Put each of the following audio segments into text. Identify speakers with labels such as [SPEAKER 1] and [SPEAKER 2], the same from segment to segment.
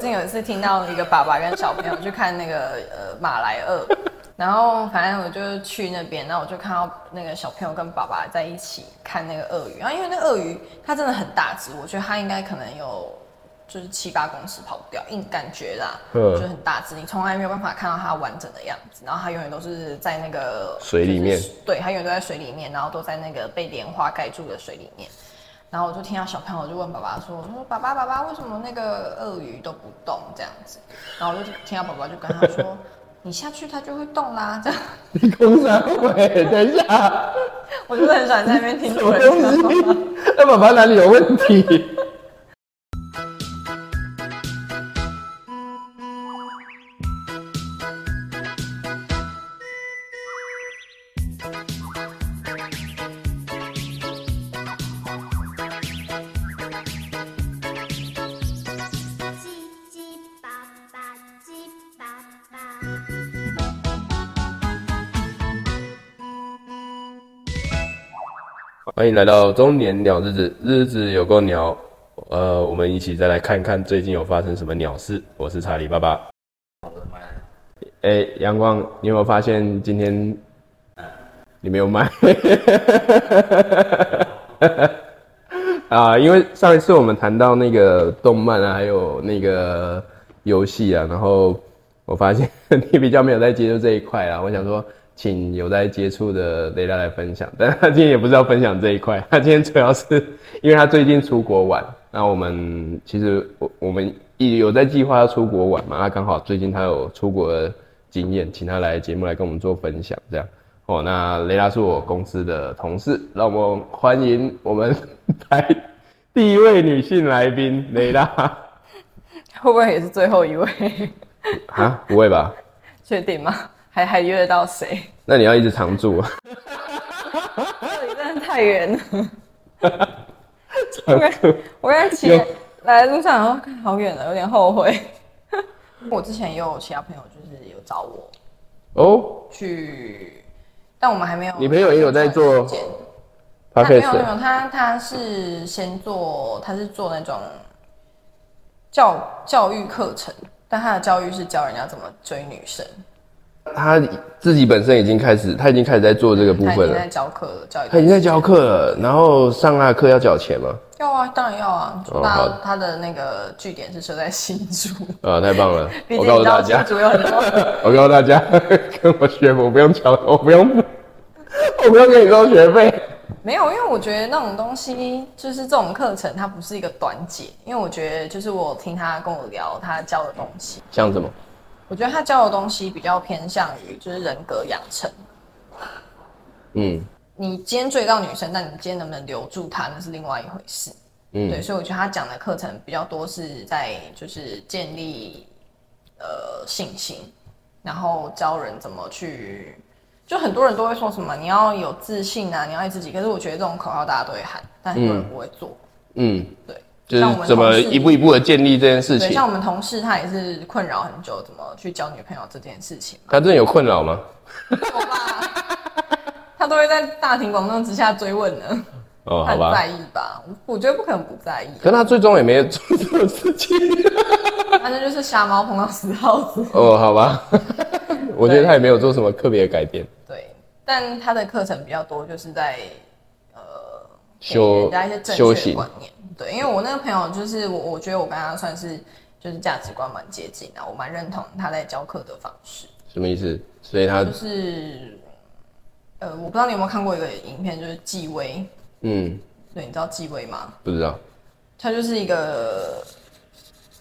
[SPEAKER 1] 近有一次听到一个爸爸跟小朋友去看那个呃马来鳄，然后反正我就去那边，然后我就看到那个小朋友跟爸爸在一起看那个鳄鱼，然后因为那个鳄鱼它真的很大只，我觉得它应该可能有就是七八公尺跑不掉，硬感觉啦，
[SPEAKER 2] 嗯
[SPEAKER 1] 就是很大只，你从来没有办法看到它完整的样子，然后它永远都是在那个
[SPEAKER 2] 水里面
[SPEAKER 1] 就是对，它永远都在水里面，然后都在那个被莲花盖住的水里面。然后我就听到小朋友就问爸爸说：“我说爸爸，爸爸，为什么那个鳄鱼都不动这样子？”然后我就听到爸爸就跟他说：“你下去它就会动啦。”这样，
[SPEAKER 2] 你公三回，等一下，
[SPEAKER 1] 我就很喜欢在那边听
[SPEAKER 2] 什
[SPEAKER 1] 主
[SPEAKER 2] 么
[SPEAKER 1] 人
[SPEAKER 2] 东
[SPEAKER 1] 说。
[SPEAKER 2] 西？那爸爸哪里有问题？
[SPEAKER 3] 叽叽巴巴，叽巴巴。
[SPEAKER 2] 欢迎来到中年鸟日子，日子有够鸟。呃，我们一起再来看看最近有发生什么鸟事。我是查理爸爸。哎、阳光，你有没有发现今天你没有麦？ 啊，因为上一次我们谈到那个动漫啊，还有那个游戏啊，然后我发现 你比较没有在接触这一块啊。我想说，请有在接触的雷拉来分享，但他今天也不是要分享这一块，他今天主要是因为他最近出国玩，那我们其实我我们一有在计划要出国玩嘛，那刚好最近他有出国的经验，请他来节目来跟我们做分享，这样。哦，那雷拉是我公司的同事，让我们欢迎我们 台第一位女性来宾雷拉。
[SPEAKER 1] 会不会也是最后一位？
[SPEAKER 2] 啊，不会吧？
[SPEAKER 1] 确定吗？还还约得到谁？
[SPEAKER 2] 那你要一直常驻啊，
[SPEAKER 1] 这里真的太远 了。
[SPEAKER 2] 常驻
[SPEAKER 1] 我刚才骑来的路上，然后看好远了，有点后悔。 我之前也有其他朋友，就是有找我
[SPEAKER 2] 哦。
[SPEAKER 1] 去，但我们还没有。
[SPEAKER 2] 你朋友也有在做
[SPEAKER 1] 见
[SPEAKER 2] 他
[SPEAKER 1] 他没
[SPEAKER 2] 开
[SPEAKER 1] 有
[SPEAKER 2] 始
[SPEAKER 1] 没有，他他是先做，他是做那种教教育课程，但他的教育是教人家怎么追女生，
[SPEAKER 2] 他自己本身已经开始，他已经开始在做这个部
[SPEAKER 1] 他已
[SPEAKER 2] 分
[SPEAKER 1] 经在
[SPEAKER 2] 了，
[SPEAKER 1] 教课了，教育
[SPEAKER 2] 他已经在教课了，然后上那课要缴钱吗？
[SPEAKER 1] 要啊，当然要啊，
[SPEAKER 2] 哦
[SPEAKER 1] 那、
[SPEAKER 2] 好
[SPEAKER 1] 他的那个据点是设在新 竹，
[SPEAKER 2] 啊，太棒了！
[SPEAKER 1] 毕
[SPEAKER 2] 我
[SPEAKER 1] 竟你
[SPEAKER 2] 告诉
[SPEAKER 1] 知
[SPEAKER 2] 大
[SPEAKER 1] 道新
[SPEAKER 2] 家，
[SPEAKER 1] 竹有很多，
[SPEAKER 2] 我告诉大家， 跟我学，我不用缴，我不用， 我不用给你收学费。
[SPEAKER 1] 没有，因为我觉得那种东西就是这种课程，它不是一个短解，因为我觉得就是我听他跟我聊他教的东西，
[SPEAKER 2] 像什么？
[SPEAKER 1] 我觉得他教的东西比较偏向于就是人格养成。
[SPEAKER 2] 嗯
[SPEAKER 1] 你今天追到女生，但你今天能不能留住她，那是另外一回事。对，
[SPEAKER 2] 嗯，
[SPEAKER 1] 所以我觉得他讲的课程比较多是在就是建立呃信心，然后教人怎么去。就很多人都会说什么你要有自信啊，你要爱自己。可是我觉得这种口号大家都会喊，但很多人不会做。
[SPEAKER 2] 嗯，
[SPEAKER 1] 对，
[SPEAKER 2] 就
[SPEAKER 1] 像我
[SPEAKER 2] 是
[SPEAKER 1] 们
[SPEAKER 2] 怎么
[SPEAKER 1] 同事
[SPEAKER 2] 一步一步的建立这件事
[SPEAKER 1] 对，
[SPEAKER 2] 情
[SPEAKER 1] 像。我们同事他也是困扰很久，怎么去交女朋友这件事 情。
[SPEAKER 2] 他真的有困扰吗？
[SPEAKER 1] 好吧，他都会在大庭广众之下追问呢。
[SPEAKER 2] 哦，
[SPEAKER 1] 他很
[SPEAKER 2] 好吧
[SPEAKER 1] 在。意吧？我我觉得不可能不在意、啊
[SPEAKER 2] 可他最终也没有做什么事情。
[SPEAKER 1] 反正就是瞎猫碰到死耗子。
[SPEAKER 2] 哦，好吧。我觉得他也没有做什么特别的改变。
[SPEAKER 1] 对，但他的课程比较多，就是在呃给
[SPEAKER 2] 修
[SPEAKER 1] 人家一些正
[SPEAKER 2] 修
[SPEAKER 1] 确的
[SPEAKER 2] 行
[SPEAKER 1] 观念。对，因为我那个朋友就是我，我觉得我跟他算是就是价值观蛮接近的，我蛮认同他在教课的方式，
[SPEAKER 2] 什么意思？所以他
[SPEAKER 1] 就是呃，我不知道你有没有看过一个影片，就是纪薇，
[SPEAKER 2] 嗯，
[SPEAKER 1] 对，你知道纪薇吗？
[SPEAKER 2] 不知道。
[SPEAKER 1] 他就是一个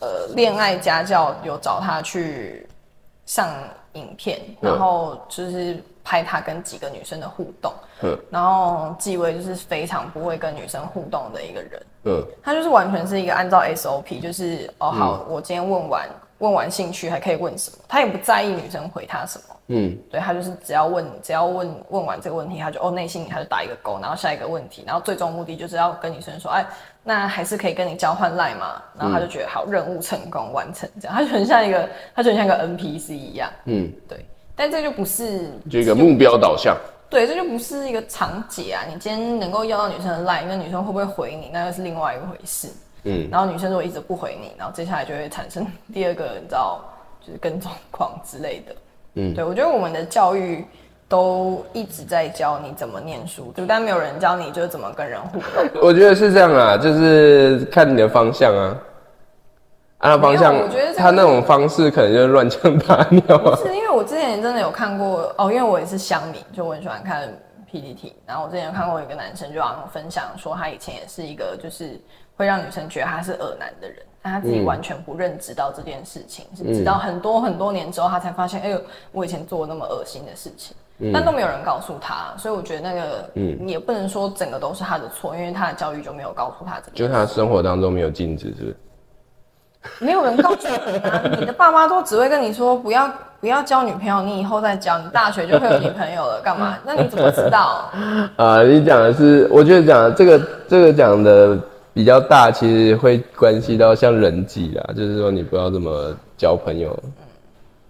[SPEAKER 1] 呃恋爱家教，有找他去上影片，
[SPEAKER 2] 嗯
[SPEAKER 1] 然后就是拍他跟几个女生的互动。
[SPEAKER 2] 嗯
[SPEAKER 1] 然后纪薇就是非常不会跟女生互动的一个人，
[SPEAKER 2] 嗯
[SPEAKER 1] 他就是完全是一个按照 SOP，就是哦好，我今天问完问完兴趣还可以问什么，他也不在意女生回他什么。
[SPEAKER 2] 嗯
[SPEAKER 1] 对他就是只要问，只要问问完这个问题，他就哦内心他就打一个勾，然后下一个问题，然后最终目的就是要跟女生说，哎，那还是可以跟你交换赖嘛，然后他就觉得好，任务成功完成，这样他就很像一个，他就很像一个 NPC 一样，
[SPEAKER 2] 嗯，
[SPEAKER 1] 对，但这就不是
[SPEAKER 2] 就一个目标导向。
[SPEAKER 1] 对，这就不是一个常解啊！你今天能够要到女生的 line，那女生会不会回你，那又是另外一回事。
[SPEAKER 2] 嗯
[SPEAKER 1] 然后女生如果一直不回你，然后接下来就会产生 第二个，你知道，就是跟踪 狂之类的。
[SPEAKER 2] 嗯
[SPEAKER 1] 对，我觉得我们的教育都一直在教你怎么念书，对，但没有人教你就是怎么跟人互动。
[SPEAKER 2] 我觉得是这样啊，就是看你的方向啊。按、照方向
[SPEAKER 1] 没有我觉得这，个
[SPEAKER 2] 他那种方式可能就是乱枪打鸟啊。
[SPEAKER 1] 是因为我之前真的有看过哦，因为我也是乡民，就我很喜欢看 PPT。然后我之前有看过一个男生，就好像分享说他以前也是一个就是会让女生觉得他是恶男的人，但他自己完全不认知到这件事情，是直到很多很多年之后，他才发现，哎呦，我以前做那么恶心的事情。但都没有人告诉他，所以我觉得那个，嗯，也不能说整个都是他的错，因为他的教育就没有告诉他这个。
[SPEAKER 2] 就是他生活当中没有禁止，是不是？
[SPEAKER 1] 没有人告诉你啊，你的爸妈都只会跟你说不要不要交女朋友，你以后再交，你大学就会有女朋友了，干 嘛？那你怎么知道？
[SPEAKER 2] 啊、你讲的是，我觉得讲的这个这个讲的比较大，其实会关系到像人际啊，就是说你不要这么交朋友，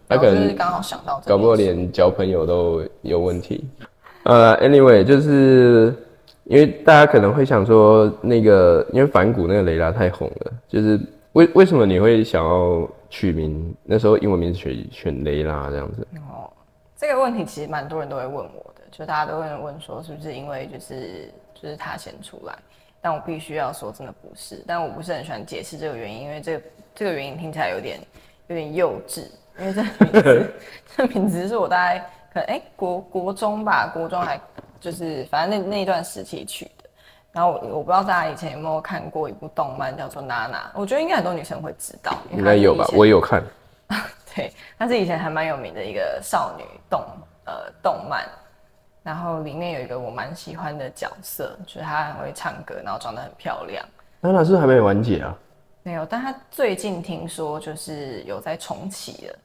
[SPEAKER 2] 他
[SPEAKER 1] 然后
[SPEAKER 2] 可
[SPEAKER 1] 就是
[SPEAKER 2] 能
[SPEAKER 1] 刚好想到这，
[SPEAKER 2] 搞不好。连交朋友都有问题。呃，anyway，就是因为大家可能会想说，那个因为反骨那个雷拉太红了，就是为为什么你会想要取名？那时候英文名选选雷拉这样子，
[SPEAKER 1] 哦，这个问题其实蛮多人都会问我的，就大家都会问说是不是因为就是就是他先出来，但我必须要说真的不是，但我不是很喜欢解释这个原因，因为这个这个原因听起来有点有点幼稚，因为这个名 字这名字是我大概可能哎、国国中吧，国中还就是反正那那一段时期取的。然后我我不知道大家以前有没有看过一部动漫叫做《娜娜》，我觉得应该很多女生会知道，因为
[SPEAKER 2] 应
[SPEAKER 1] 它
[SPEAKER 2] 该
[SPEAKER 1] 是
[SPEAKER 2] 有
[SPEAKER 1] 以
[SPEAKER 2] 吧？
[SPEAKER 1] 前
[SPEAKER 2] 我也有看，
[SPEAKER 1] 对，它是以前还蛮有名的一个少女动呃动漫，然后里面有一个我蛮喜欢的角色，就是她很会唱歌，然后长得很漂亮。
[SPEAKER 2] 那老师还没有完结啊？
[SPEAKER 1] 没有，但她最近听说就是有在重启了。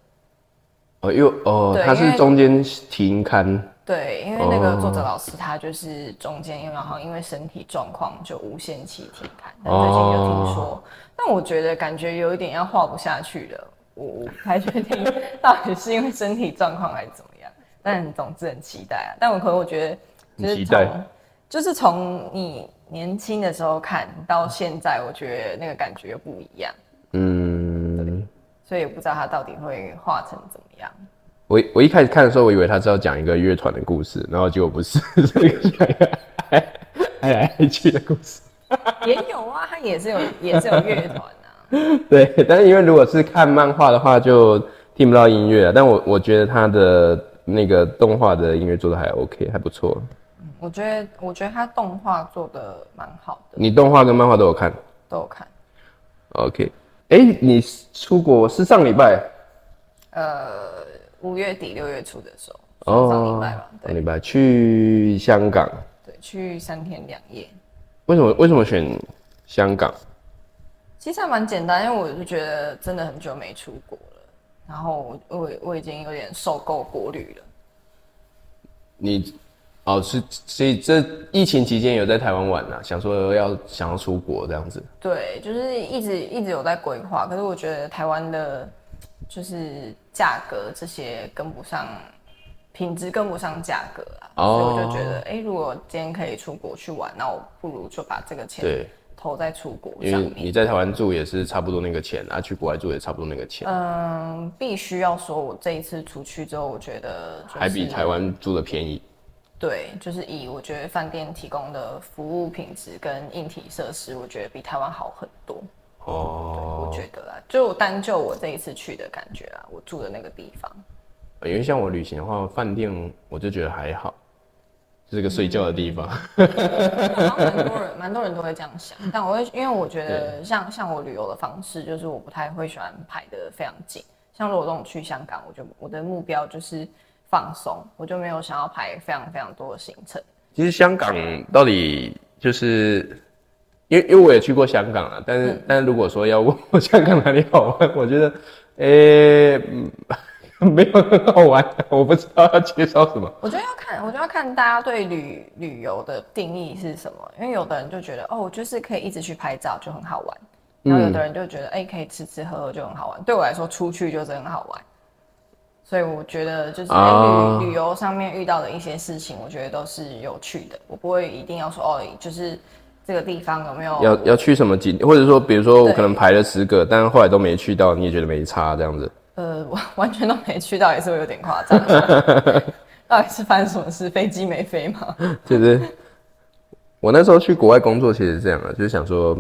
[SPEAKER 2] 哦，又哦，
[SPEAKER 1] 对
[SPEAKER 2] 它
[SPEAKER 1] 因
[SPEAKER 2] 是
[SPEAKER 1] 为
[SPEAKER 2] 中间停刊，
[SPEAKER 1] 对，因为那
[SPEAKER 2] 哦
[SPEAKER 1] 个作者老师他就是中间因为好像因为身体状况就无限期停刊，但最近有听说，但我觉得感觉有一点要画不下去了，我我不太确定到底是因为身体状况还是怎么样，但总之很期待啊。但我可能我觉得就
[SPEAKER 2] 很期
[SPEAKER 1] 是
[SPEAKER 2] 待
[SPEAKER 1] 从就是从你年轻的时候看到现在，我觉得那个感觉又不一样，
[SPEAKER 2] 嗯，
[SPEAKER 1] 所以也不知道他到底会画成怎么样。
[SPEAKER 2] 我我一开始看的时候，我以为他是要讲一个乐团的故事，然后结果不是，是一个讲一个爱爱来爱去的故事。
[SPEAKER 1] 也有啊，他也是有也是有乐团啊。
[SPEAKER 2] 对，但是因为如果是看漫画的话，就听不到音乐了。但我我觉得他的那个动画的音乐做的还 OK，还不错。
[SPEAKER 1] 我觉得，我觉得他动画做的蛮好的，
[SPEAKER 2] 你动画跟漫画都有看
[SPEAKER 1] 都有看。
[SPEAKER 2] ？OK。哎、你出国是上礼拜
[SPEAKER 1] 呃，五月底六月初的时候，上礼拜吧，
[SPEAKER 2] 哦上
[SPEAKER 1] 对
[SPEAKER 2] 礼拜去香港。
[SPEAKER 1] 对，去三天两夜，
[SPEAKER 2] 为什么为什么选香港？
[SPEAKER 1] 其实还蛮简单，因为我就觉得真的很久没出国了，然后我我我已经有点受够国旅了。
[SPEAKER 2] 你哦是所以这疫情期间有在台湾玩呐、想说要想要出国这样子。
[SPEAKER 1] 对，就是一直一直有在规划，可是我觉得台湾的，就是价格这些跟不上，品质跟不上价格啊
[SPEAKER 2] 哦
[SPEAKER 1] 所以我就觉得，哎、如果今天可以出国去玩，那我不如就把这个钱
[SPEAKER 2] 对，
[SPEAKER 1] 投在出国
[SPEAKER 2] 因
[SPEAKER 1] 上
[SPEAKER 2] 为你
[SPEAKER 1] 面。
[SPEAKER 2] 在台湾住也是差不多那个钱啊，去国外住也差不多那个钱，
[SPEAKER 1] 嗯，必须要说，我这一次出去之后，我觉得、就是、
[SPEAKER 2] 还比台湾住的便宜。
[SPEAKER 1] 对，就是以我觉得饭店提供的服务品质跟硬体设施，我觉得比台湾好很多。我
[SPEAKER 2] 哦，
[SPEAKER 1] 觉得啦，就单就我这一次去的感觉啊，我住的那个地方，
[SPEAKER 2] 因为像我旅行的话，饭店我就觉得还好，就是个睡觉的地方。
[SPEAKER 1] 好像蛮多人蛮多人都会这样想。但我会，因为我觉得像像我旅游的方式，就是我不太会喜欢排的非常紧。像如果这种去香港，我就我的目标就是放松，我就没有想要排非常非常多的行程。
[SPEAKER 2] 其实香港到底就是，因为因为我也去过香港啊，但是、但是如果说要问我香港哪里好玩，我觉得，诶、嗯 没有很好玩，啊我不知道要介绍什么。
[SPEAKER 1] 我觉得要看，我觉得要看大家对旅旅游的定义是什么。因为有的人就觉得，哦，我就是可以一直去拍照就很好玩，
[SPEAKER 2] 嗯
[SPEAKER 1] 然后有的人就觉得，哎、可以吃吃喝喝就很好玩。对我来说，出去就是很好玩。所以我觉得就是、哎
[SPEAKER 2] 啊
[SPEAKER 1] 旅旅游上面遇到的一些事情，我觉得都是有趣的。我不会一定要说哦，就是这个地方有没有
[SPEAKER 2] 要要去什么景，或者说比如说我
[SPEAKER 1] 对
[SPEAKER 2] 可能排了十个，但后来都没去到，你也觉得没差这样子。
[SPEAKER 1] 呃， 我完全都没去到，也是会有点夸张。 到底是发生什么事？飞机没飞吗？
[SPEAKER 2] 就是我那时候去国外工作，其实是这样啊，就是想说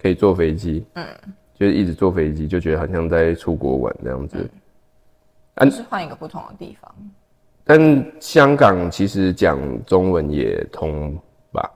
[SPEAKER 2] 可以坐飞机，嗯，就是一直坐飞机，就觉得好像在出国玩这样子。啊
[SPEAKER 1] 就是换一个不同的地方。
[SPEAKER 2] 但香港其实讲中文也通吧？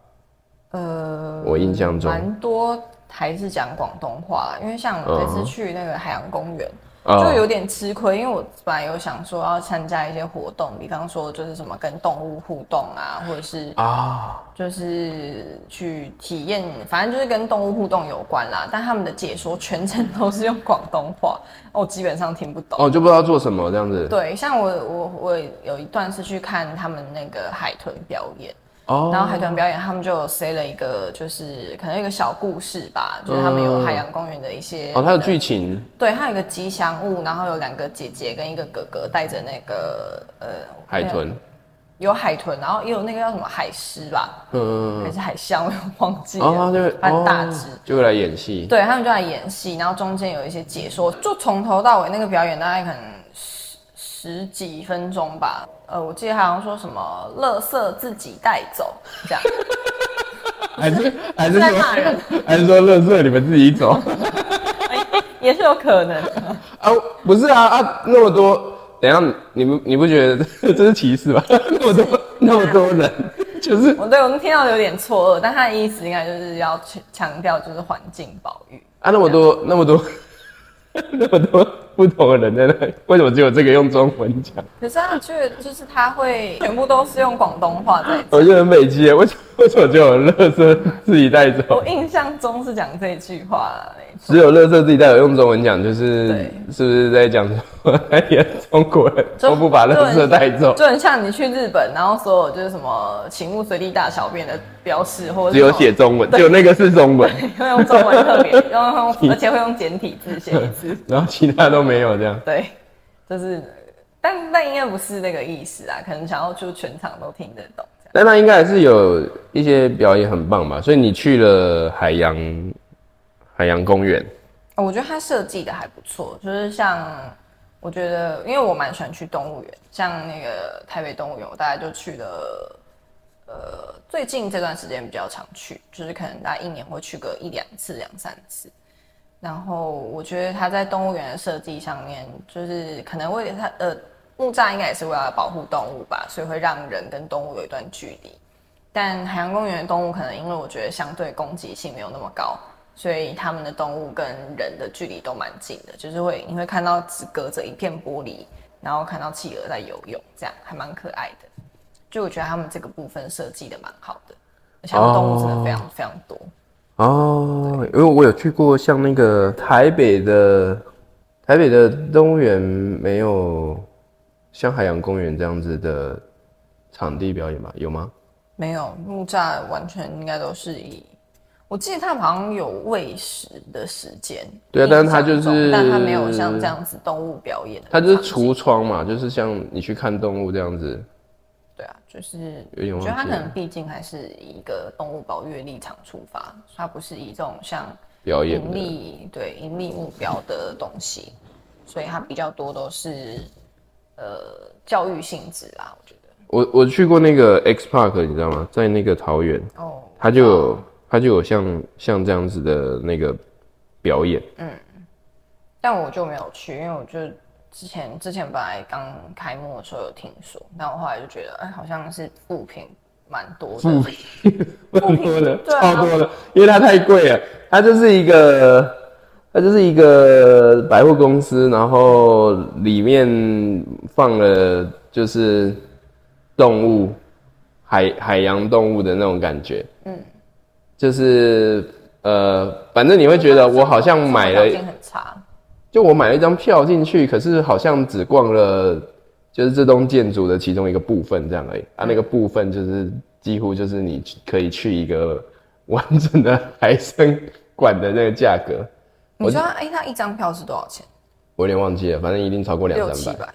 [SPEAKER 1] 呃，
[SPEAKER 2] 我印象中
[SPEAKER 1] 蛮多还是讲广东话啦，因为像我这次去那个海洋公园，
[SPEAKER 2] 啊
[SPEAKER 1] 就有点吃亏，因为我本来有想说要参加一些活动，比方说就是什么跟动物互动啊，或者是
[SPEAKER 2] 啊，
[SPEAKER 1] 就是去体验，反正就是跟动物互动有关啦。但他们的解说全程都是用广东话，我基本上听不懂。
[SPEAKER 2] 哦，就不知道做什么这样子。
[SPEAKER 1] 对，像我我我有一段是去看他们那个海豚表演，
[SPEAKER 2] 哦，
[SPEAKER 1] 然后海豚表演，他们就有塞了一个，就是可能一个小故事吧，就是他们有海洋公园的一些
[SPEAKER 2] 嗯哦，它有剧情
[SPEAKER 1] 对，它有一个吉祥物，然后有两个姐姐跟一个哥哥带着那个呃
[SPEAKER 2] 海，豚，
[SPEAKER 1] 有海豚，然后也有那个叫什么海狮吧，
[SPEAKER 2] 嗯，
[SPEAKER 1] 还是海象，我有忘记了，
[SPEAKER 2] 哦，就
[SPEAKER 1] 反正大只。
[SPEAKER 2] 哦就会来演戏。
[SPEAKER 1] 对他们就来演戏，然后中间有一些解说，就从头到尾那个表演大概可能十十几分钟吧。呃，我记得好像说什么“垃圾自己带走”这样，
[SPEAKER 2] 还是还是
[SPEAKER 1] 在骂人
[SPEAKER 2] 还是说乐色你们自己走
[SPEAKER 1] 也是有可能的。
[SPEAKER 2] 啊？不是啊啊，那么多，等一下你不你不觉得这 是歧视吧？那么多那么多人，就是
[SPEAKER 1] 我对我们听到有点错愕，但他的意思应该就是要去强调就是环境保育。
[SPEAKER 2] 啊那么多那么多 那么多不同的人在那里，为什么只有这个用中文讲？
[SPEAKER 1] 可是他却就是他会全部都是用广东话 在讲。
[SPEAKER 2] 我觉得很北极，为什么为什么只有乐色自己带走
[SPEAKER 1] 我？印象中是讲这句话啦，没错
[SPEAKER 2] 只有乐色自己带走，用中文讲就是
[SPEAKER 1] 对
[SPEAKER 2] 是不是在讲说，哎呀，中国人
[SPEAKER 1] 就
[SPEAKER 2] 都不把乐色带走，
[SPEAKER 1] 就很像你去日本，然后所有就是什么“请勿随地大小便”的标示，或者
[SPEAKER 2] 只有写中文，只有那个是中文，
[SPEAKER 1] 会用中文特别，用用而且会用简体字写一次，
[SPEAKER 2] 然后其他都没有这样。
[SPEAKER 1] 对，就是，但但应该不是那个意思啊，可能想要就全场都听得懂这样。
[SPEAKER 2] 但他应该还是有一些表演很棒吧，所以你去了海洋海洋公园，
[SPEAKER 1] 哦我觉得它设计的还不错，就是像我觉得，因为我蛮喜欢去动物园，像那个台北动物园，我大概就去了，呃，最近这段时间比较常去，就是可能大概一年会去个一两次、两三次。然后我觉得它在动物园的设计上面，就是可能为了它呃木栅应该也是为了保护动物吧，所以会让人跟动物有一段距离。但海洋公园的动物可能因为我觉得相对攻击性没有那么高，所以它们的动物跟人的距离都蛮近的，就是会你会看到只隔着一片玻璃，然后看到企鹅在游泳，这样还蛮可爱的。就我觉得他们这个部分设计的蛮好的，而且它们动物真的非常非常多。
[SPEAKER 2] 哦，因为我有去过像那个台北的台北的动物园，没有像海洋公园这样子的场地表演吗？有吗？
[SPEAKER 1] 没有木栅完全应该都是以，我记得他们好像有喂食的时间，
[SPEAKER 2] 对啊
[SPEAKER 1] 印
[SPEAKER 2] 但是它
[SPEAKER 1] 象中
[SPEAKER 2] 就是
[SPEAKER 1] 但他没有像这样子动物表演的
[SPEAKER 2] 它
[SPEAKER 1] 场景，
[SPEAKER 2] 就是橱窗嘛，就是像你去看动物这样子。
[SPEAKER 1] 对啊，就是
[SPEAKER 2] 有点
[SPEAKER 1] 我觉得
[SPEAKER 2] 忘
[SPEAKER 1] 他
[SPEAKER 2] 记
[SPEAKER 1] 可
[SPEAKER 2] 了
[SPEAKER 1] 能毕竟还是以一个动物保育的立场出发，他不是以这种像
[SPEAKER 2] 表演
[SPEAKER 1] 盈
[SPEAKER 2] 的。
[SPEAKER 1] 利对盈利目标的东西，所以它比较多都是呃教育性质啦，我觉得。
[SPEAKER 2] 我我去过那个 X Park，你知道吗？在那个桃园，
[SPEAKER 1] 哦，
[SPEAKER 2] 它就有它就有像像这样子的那个表演。
[SPEAKER 1] 但我就没有去，因为我就之前之前本来刚开幕的时候有听说，但我后来就觉得，哎，好像是负评蛮多的，
[SPEAKER 2] 很多的，
[SPEAKER 1] 对啊
[SPEAKER 2] 超多的，因为它太贵了。它就是一个，它就是一个百货公司，然后里面放了就是动物，海海洋动物的那种感觉。嗯，就是呃，反正你会觉得我好像买了
[SPEAKER 1] 生活条，件很差，
[SPEAKER 2] 就我买了一张票进去，可是好像只逛了就是这栋建筑的其中一个部分这样而已。
[SPEAKER 1] 嗯
[SPEAKER 2] 啊，那个部分就是几乎就是你去可以去一个完整的海参馆的那个价格，
[SPEAKER 1] 你说它，哎，它一张票是多少钱？
[SPEAKER 2] 我有点忘记了，反正一定超过两
[SPEAKER 1] 六七
[SPEAKER 2] 三百，
[SPEAKER 1] 百，嗯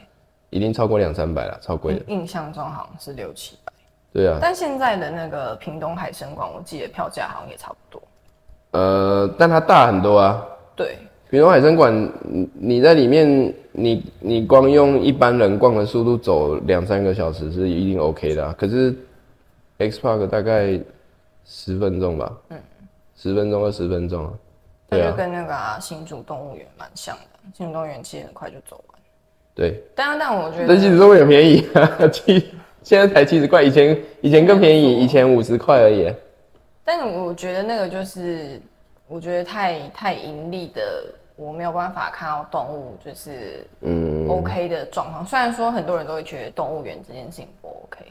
[SPEAKER 2] 一定超过两三百了，超贵的。
[SPEAKER 1] 印象中好像是六七百。
[SPEAKER 2] 对啊，
[SPEAKER 1] 但现在的那个屏东海参馆，我记得票价好像也差不多。
[SPEAKER 2] 呃，但它大很多啊。
[SPEAKER 1] 对，
[SPEAKER 2] 比如海参馆，你你在里面，你你光用一般人逛的速度走两三个小时是一定 OK 的啊、可是 X Park 大概十分钟吧，嗯，十分钟二十分钟啊，
[SPEAKER 1] 那
[SPEAKER 2] 对
[SPEAKER 1] 就
[SPEAKER 2] 啊，
[SPEAKER 1] 跟那个、啊、新竹动物园蛮像的。新竹动物园其实很快就走完，
[SPEAKER 2] 对。
[SPEAKER 1] 但但我觉
[SPEAKER 2] 但其
[SPEAKER 1] 得
[SPEAKER 2] 实中也便宜 啊，七现在才七十块，以前以前更便宜，以前五十块而已。啊
[SPEAKER 1] 但我觉得那个就是，我觉得太太盈利的，我没有办法看到动物就是
[SPEAKER 2] 嗯，
[SPEAKER 1] OK 的状况。虽然说很多人都会觉得动物园这件事情不 OK，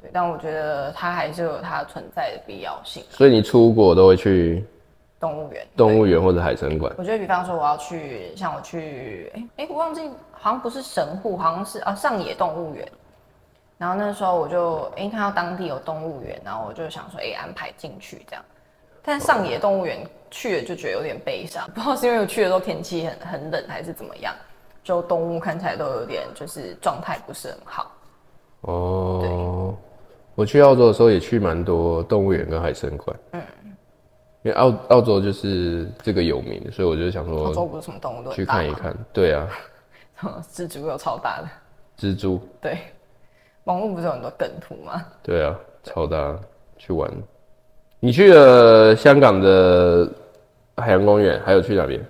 [SPEAKER 1] 对，但我觉得它还是有它存在的必要性。
[SPEAKER 2] 所以你出国都会去
[SPEAKER 1] 动物园，
[SPEAKER 2] 动物园或者海参馆。
[SPEAKER 1] 我觉得比方说我要去，像我去，哎、哎、我忘记，好像不是神户，好像是啊上野动物园。然后那时候我就哎、看到当地有动物园，然后我就想说哎、安排进去这样。但上野动物园去了就觉得有点悲伤， 不知道是因为我去的时候天气很很冷还是怎么样，就动物看起来都有点就是状态不是很好。
[SPEAKER 2] 哦，我去澳洲的时候也去蛮多动物园跟海参馆。嗯，因为澳澳洲就是这个有名，所以我就想
[SPEAKER 1] 澳洲
[SPEAKER 2] 说
[SPEAKER 1] 不是什么动物都
[SPEAKER 2] 去
[SPEAKER 1] 很大
[SPEAKER 2] 看一看。对啊，
[SPEAKER 1] 看， 蜘蛛又超大的，
[SPEAKER 2] 蜘蛛，
[SPEAKER 1] 对，网络不是有很多梗图吗？
[SPEAKER 2] 对啊，超大，去玩。你去了香港的海洋公园，还有去哪边？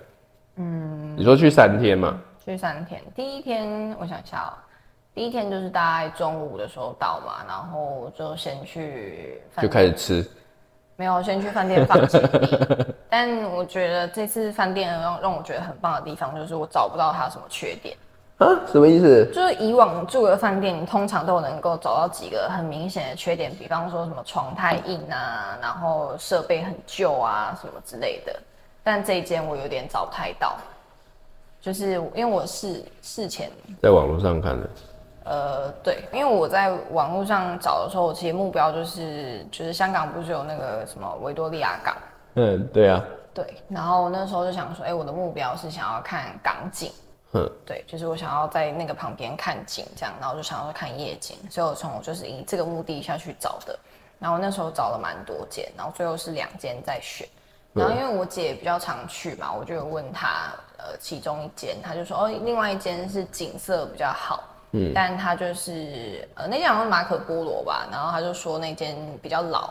[SPEAKER 2] 嗯，你说去三天嘛？
[SPEAKER 1] 去三天，第一天我想一下哦，第一天就是大概中午的时候到嘛，然后就先去饭
[SPEAKER 2] 就
[SPEAKER 1] 店
[SPEAKER 2] 开始吃。
[SPEAKER 1] 没有先去饭店放行 李，但我觉得这次饭店让让我觉得很棒的地方就是我找不到它有什么缺点，
[SPEAKER 2] 啊，什么意思？
[SPEAKER 1] 就是以往住的饭店，你通常都能够找到几个很明显的缺点，比方说什么床太硬啊，然后设备很旧啊，什么之类的。但这一间我有点找不太到，就是因为我事事前
[SPEAKER 2] 在网络上看的。
[SPEAKER 1] 呃，对，因为我在网络上找的时候，我其实目标就是就是香港不是有那个什么维多利亚港，
[SPEAKER 2] 嗯，对啊，
[SPEAKER 1] 对，然后那时候就想说，哎、我的目标是想要看港景，
[SPEAKER 2] 哼，
[SPEAKER 1] 对，就是我想要在那个旁边看景这样，然后就想要去看夜景，所以我从我就是以这个目的下去找的，然后那时候找了蛮多间，然后最后是两间在选，然后因为我姐比较常去嘛，我就有问她，呃，其中一间，她就说哦，另外一间是景色比较好，嗯，但她就是呃那间好像是马可波罗吧，然后她就说那间比较老，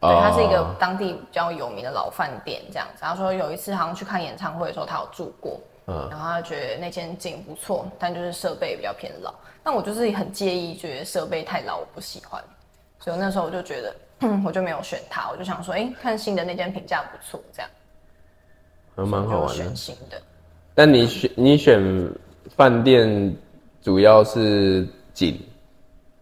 [SPEAKER 1] 对，它是一个
[SPEAKER 2] 哦
[SPEAKER 1] 当地比较有名的老饭店这样子。他说有一次好像去看演唱会的时候，他有住过，
[SPEAKER 2] 嗯
[SPEAKER 1] 然后他觉得那间景不错，但就是设备比较偏老。但我就是很介意，觉得设备太老，我不喜欢，所以那时候我就觉得， 我就没有选它，我就想说，哎、看新的那间评价不错，这样
[SPEAKER 2] 还蛮好
[SPEAKER 1] 就
[SPEAKER 2] 玩的
[SPEAKER 1] 选。新的。
[SPEAKER 2] 但你选你选饭店主要是景，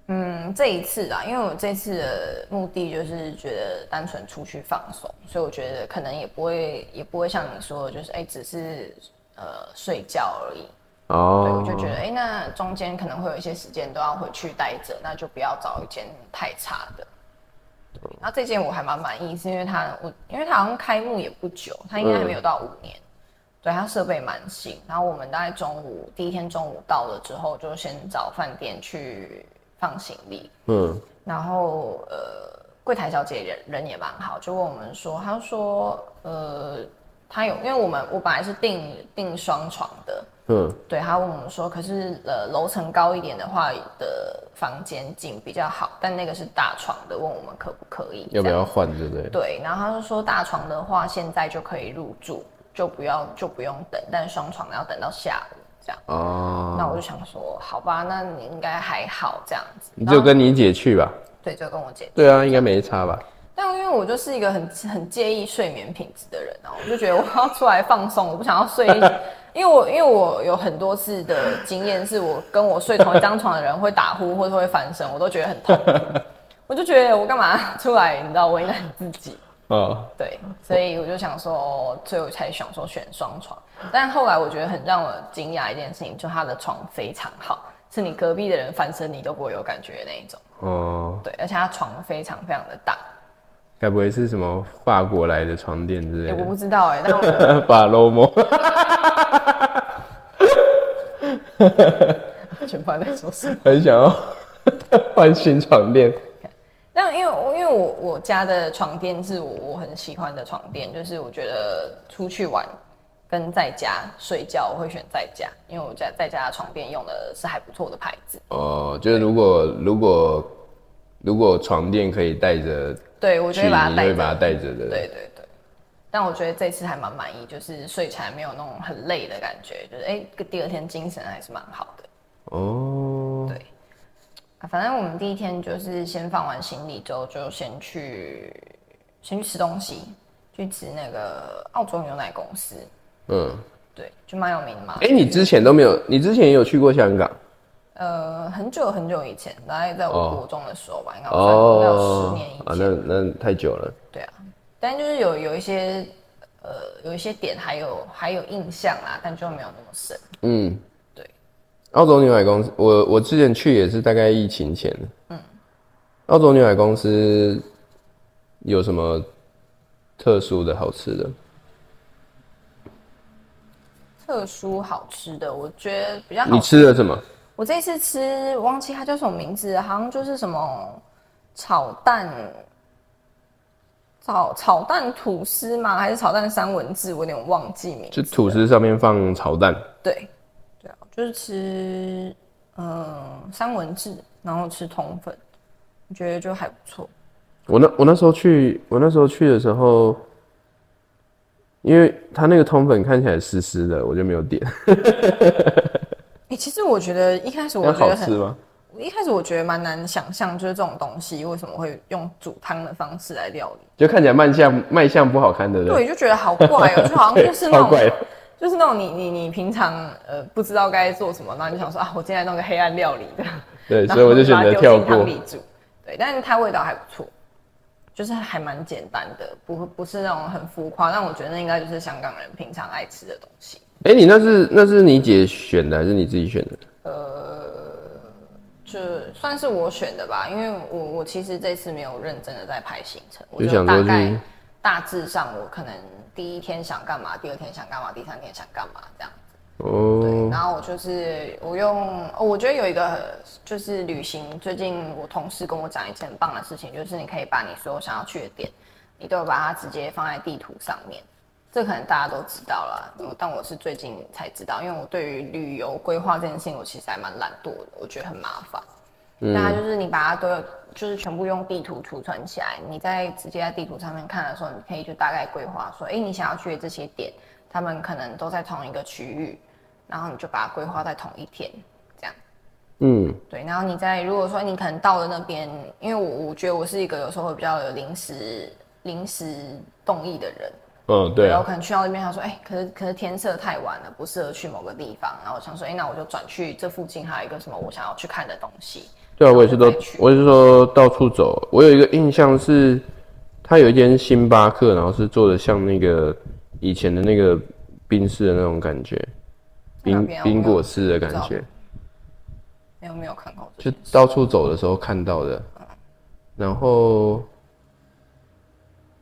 [SPEAKER 1] 嗯，这一次啊，因为我这次的目的就是觉得单纯出去放松，所以我觉得可能也不会也不会像你说的，就是哎、只是呃睡觉而已。对，我
[SPEAKER 2] 哦
[SPEAKER 1] 就觉得哎、那中间可能会有一些时间都要回去待着，那就不要找一间太差的。对那这件我还蛮满意，是因为它我因为它好像开幕也不久，它应该还没有到五年，对，它设备蛮新。然后我们大概中午第一天中午到了之后，就先找饭店去放行李，
[SPEAKER 2] 嗯，
[SPEAKER 1] 然后呃，柜台小姐人人也蛮好，就问我们说，她说呃，她有因为我们我本来是订订双床的，
[SPEAKER 2] 嗯
[SPEAKER 1] 对，她问我们说，可是呃楼层高一点的话的房间景比较好，但那个是大床的，问我们可不可以？
[SPEAKER 2] 要不
[SPEAKER 1] 这样？
[SPEAKER 2] 要换，对不对？
[SPEAKER 1] 对，然后她就说大床的话现在就可以入住，就不要就不用等，但双床要等到下午这样。那
[SPEAKER 2] 哦，
[SPEAKER 1] 我就想说，好吧，那你应该还好这样子。
[SPEAKER 2] 你就跟你姐去吧。
[SPEAKER 1] 对，就跟我姐
[SPEAKER 2] 对啊，应该没差吧？
[SPEAKER 1] 但因为我就是一个很很介意睡眠品质的人啊，我就觉得我要出来放松，我不想要睡一， 因为我因为我有很多次的经验，是我跟我睡同一张床的人会打呼或者会翻身，我都觉得很痛苦，我就觉得我干嘛出来，你知道为难自己。
[SPEAKER 2] 哦，
[SPEAKER 1] 对，所以我就想说，所以我才想说选双床。但后来我觉得很让我惊讶一件事情，就他的床非常好，是你隔壁的人翻身你都不会有感觉的那一种。
[SPEAKER 2] 哦，
[SPEAKER 1] 对，而且他床非常非常的大，
[SPEAKER 2] 该不会是什么法国来的床垫之类
[SPEAKER 1] 欸我不
[SPEAKER 2] 的？
[SPEAKER 1] 知道哎、但我
[SPEAKER 2] 法罗摩，
[SPEAKER 1] 全班在说什么？
[SPEAKER 2] 很想要换新床垫。
[SPEAKER 1] 我我家的床垫是我我很喜欢的床垫，就是我觉得出去玩跟在家睡觉，我会选在家，因为我家在家的床垫用的是还不错的牌子。
[SPEAKER 2] 哦，就是如果如果如果床垫可以带着
[SPEAKER 1] 对，我就
[SPEAKER 2] 去，
[SPEAKER 1] 会把它
[SPEAKER 2] 你
[SPEAKER 1] 带
[SPEAKER 2] 就会
[SPEAKER 1] 着。
[SPEAKER 2] 把它带着的。
[SPEAKER 1] 对对对。但我觉得这次还蛮满意，就是睡起来没有那种很累的感觉，就是哎、第二天精神还是蛮好的。
[SPEAKER 2] 哦
[SPEAKER 1] 对，啊，反正我们第一天就是先放完行李之后，就先去先去吃东西，去吃那个澳洲牛奶公司，
[SPEAKER 2] 嗯，
[SPEAKER 1] 对，就蛮有名的嘛。
[SPEAKER 2] 哎、你之前都没有，你之前也有去过香港
[SPEAKER 1] 呃，很久很久以前，大概在
[SPEAKER 2] 哦
[SPEAKER 1] 我国中的时候吧，应该算应该有十
[SPEAKER 2] 哦
[SPEAKER 1] 年以前。
[SPEAKER 2] 啊，那那太久了。
[SPEAKER 1] 对啊，但就是有有一些呃有一些点还有还有印象啦，但就没有那么深。
[SPEAKER 2] 嗯，
[SPEAKER 1] 对，
[SPEAKER 2] 澳洲牛奶公司，我我之前去也是大概疫情前。嗯，澳洲牛奶公司有什么特殊的好吃的？
[SPEAKER 1] 哦特殊好吃的，我觉得比较好
[SPEAKER 2] 你吃了什么？
[SPEAKER 1] 我这次吃我忘记它叫什么名字了，好像就是什么炒蛋炒炒蛋吐司吗？还是炒蛋三文治？我有点忘记名
[SPEAKER 2] 就
[SPEAKER 1] 字。
[SPEAKER 2] 吐司上面放炒蛋。
[SPEAKER 1] 对对啊，就是吃嗯三文治，然后吃通粉，我觉得就还不错。
[SPEAKER 2] 我那我那时候去，我那时候去的时候，因为它那个通粉看起来湿湿的，我就没有点。
[SPEAKER 1] 哎、其实我觉得一开始我
[SPEAKER 2] 那
[SPEAKER 1] 觉
[SPEAKER 2] 好
[SPEAKER 1] 得
[SPEAKER 2] 吃
[SPEAKER 1] 很，
[SPEAKER 2] 吗？
[SPEAKER 1] 一开始我觉得蛮难想象，就是这种东西为什么会用煮汤的方式来料理。
[SPEAKER 2] 就看起来卖相卖相不好看，对不对？
[SPEAKER 1] 对，就觉得好怪哦、就好像就是那
[SPEAKER 2] 超怪
[SPEAKER 1] 种
[SPEAKER 2] 的，
[SPEAKER 1] 就是那种你你你平常呃不知道该做什么，然后你就想说啊，我今天来弄个黑暗料理的，
[SPEAKER 2] 对，
[SPEAKER 1] 然
[SPEAKER 2] 所以我
[SPEAKER 1] 后
[SPEAKER 2] 就选
[SPEAKER 1] 把它丢
[SPEAKER 2] 择跳
[SPEAKER 1] 进汤
[SPEAKER 2] 过。
[SPEAKER 1] 里煮。对，但是它味道还不错，就是还蛮简单的，不不是那种很浮夸，但我觉得那应该就是香港人平常爱吃的东西。
[SPEAKER 2] 哎、你那是那是你姐选的还是你自己选的？
[SPEAKER 1] 就算是我选的吧，因为我我其实这次没有认真的在排行程，我
[SPEAKER 2] 就想说
[SPEAKER 1] 大概
[SPEAKER 2] 去
[SPEAKER 1] 大致上我可能第一天想干嘛，第二天想干嘛，第三天想干嘛这样。对，
[SPEAKER 2] 哦
[SPEAKER 1] 然后我就是我用，哦我觉得有一个就是旅行，最近我同事跟我讲一件很棒的事情，就是你可以把你所有想要去的点，你都有把它直接放在地图上面。这可能大家都知道了，我但我是最近才知道，因为我对于旅游规划这件事情，我其实还蛮懒惰的，我觉得很麻烦。那它就是你把它都有，就是全部用地图储存起来，你在直接在地图上面看的时候，你可以就大概规划说，哎、你想要去的这些点，他们可能都在同一个区域，然后你就把它规划在同一天，这样。
[SPEAKER 2] 嗯，
[SPEAKER 1] 对，然后你在如果说你可能到了那边，因为我我觉得我是一个有时候会比较有临时临时动意的人，
[SPEAKER 2] 哦，对
[SPEAKER 1] 然后
[SPEAKER 2] 啊，
[SPEAKER 1] 可能去到那边，他说，哎、可是可是天色太晚了，不适合去某个地方。然后我想说，哎、那我就转去这附近还有一个什么我想要去看的东西。
[SPEAKER 2] 对啊，我
[SPEAKER 1] 然
[SPEAKER 2] 也是
[SPEAKER 1] 后
[SPEAKER 2] 都
[SPEAKER 1] 再去，
[SPEAKER 2] 我也是说到处走。我有一个印象是，它有一间星巴克，然后是做的像那个以前的那个冰室的那种感觉，
[SPEAKER 1] 在哪
[SPEAKER 2] 冰
[SPEAKER 1] 边啊我
[SPEAKER 2] 冰
[SPEAKER 1] 没有
[SPEAKER 2] 果室的感
[SPEAKER 1] 不知
[SPEAKER 2] 觉
[SPEAKER 1] 道，没有没有看过这
[SPEAKER 2] 就
[SPEAKER 1] 件事，
[SPEAKER 2] 到处走的时候看到的。然后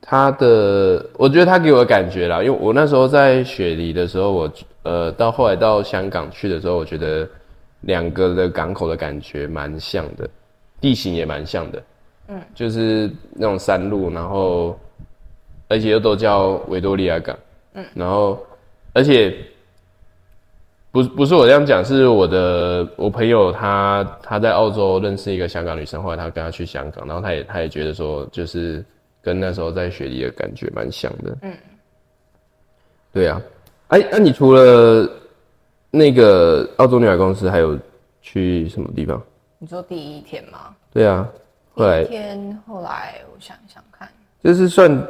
[SPEAKER 2] 它的，我觉得它给我的感觉啦，因为我那时候在雪梨的时候，我呃到后来到香港去的时候，我觉得两个的港口的感觉蛮像的，地形也蛮像的，嗯，就是那种山路，然后而且又都叫维多利亚港，嗯，然后而且。不是不是我这样讲，是我的我朋友他他在澳洲认识一个香港女生，后来他跟她去香港，然后他也他也觉得说，就是跟那时候在雪梨的感觉蛮像的。嗯，对啊，哎、那你除了那个澳洲牛奶公司，还有去什么地方？
[SPEAKER 1] 你说第一天吗？
[SPEAKER 2] 对啊，后
[SPEAKER 1] 第一
[SPEAKER 2] 来
[SPEAKER 1] 天后来我想一想看，
[SPEAKER 2] 就是算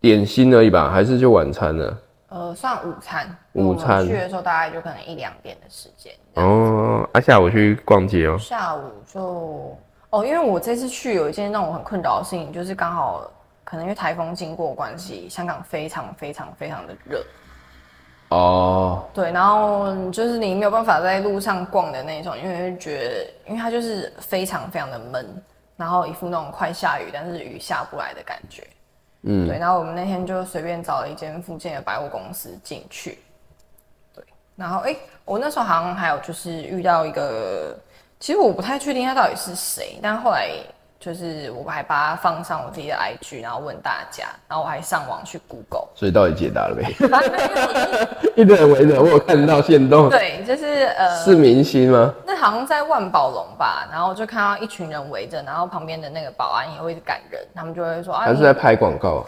[SPEAKER 2] 点心而已吧，还是就晚餐了？
[SPEAKER 1] 呃，算午餐。
[SPEAKER 2] 午餐
[SPEAKER 1] 我们去的时候大概就可能一两点的时间。
[SPEAKER 2] 哦，啊，下午去逛街哦。
[SPEAKER 1] 下午就哦，因为我这次去有一件让我很困扰的事情，就是刚好可能因为台风经过的关系，香港非常非常非常的热。
[SPEAKER 2] 哦，
[SPEAKER 1] 对，然后就是你没有办法在路上逛的那种，因为会觉得，因为它就是非常非常的闷，然后一副那种快下雨但是雨下不来的感觉。嗯，对，然后我们那天就随便找了一间附近的百货公司进去。对，然后哎、诶我那时候好像还有就是遇到一个，其实我不太确定他到底是谁，但后来就是我还把它放上我自己的 IG，然后问大家，然后我还上网去 Google，
[SPEAKER 2] 所以到底解答了没？
[SPEAKER 1] 还没有
[SPEAKER 2] 一堆人围着，我有看到线动，
[SPEAKER 1] 对，就是呃，
[SPEAKER 2] 是明星吗？
[SPEAKER 1] 那好像在万宝龙吧，然后就看到一群人围着，然后旁边的那个保安也会一直赶人，他们就会说啊，
[SPEAKER 2] 还是
[SPEAKER 1] 你
[SPEAKER 2] 在拍广告？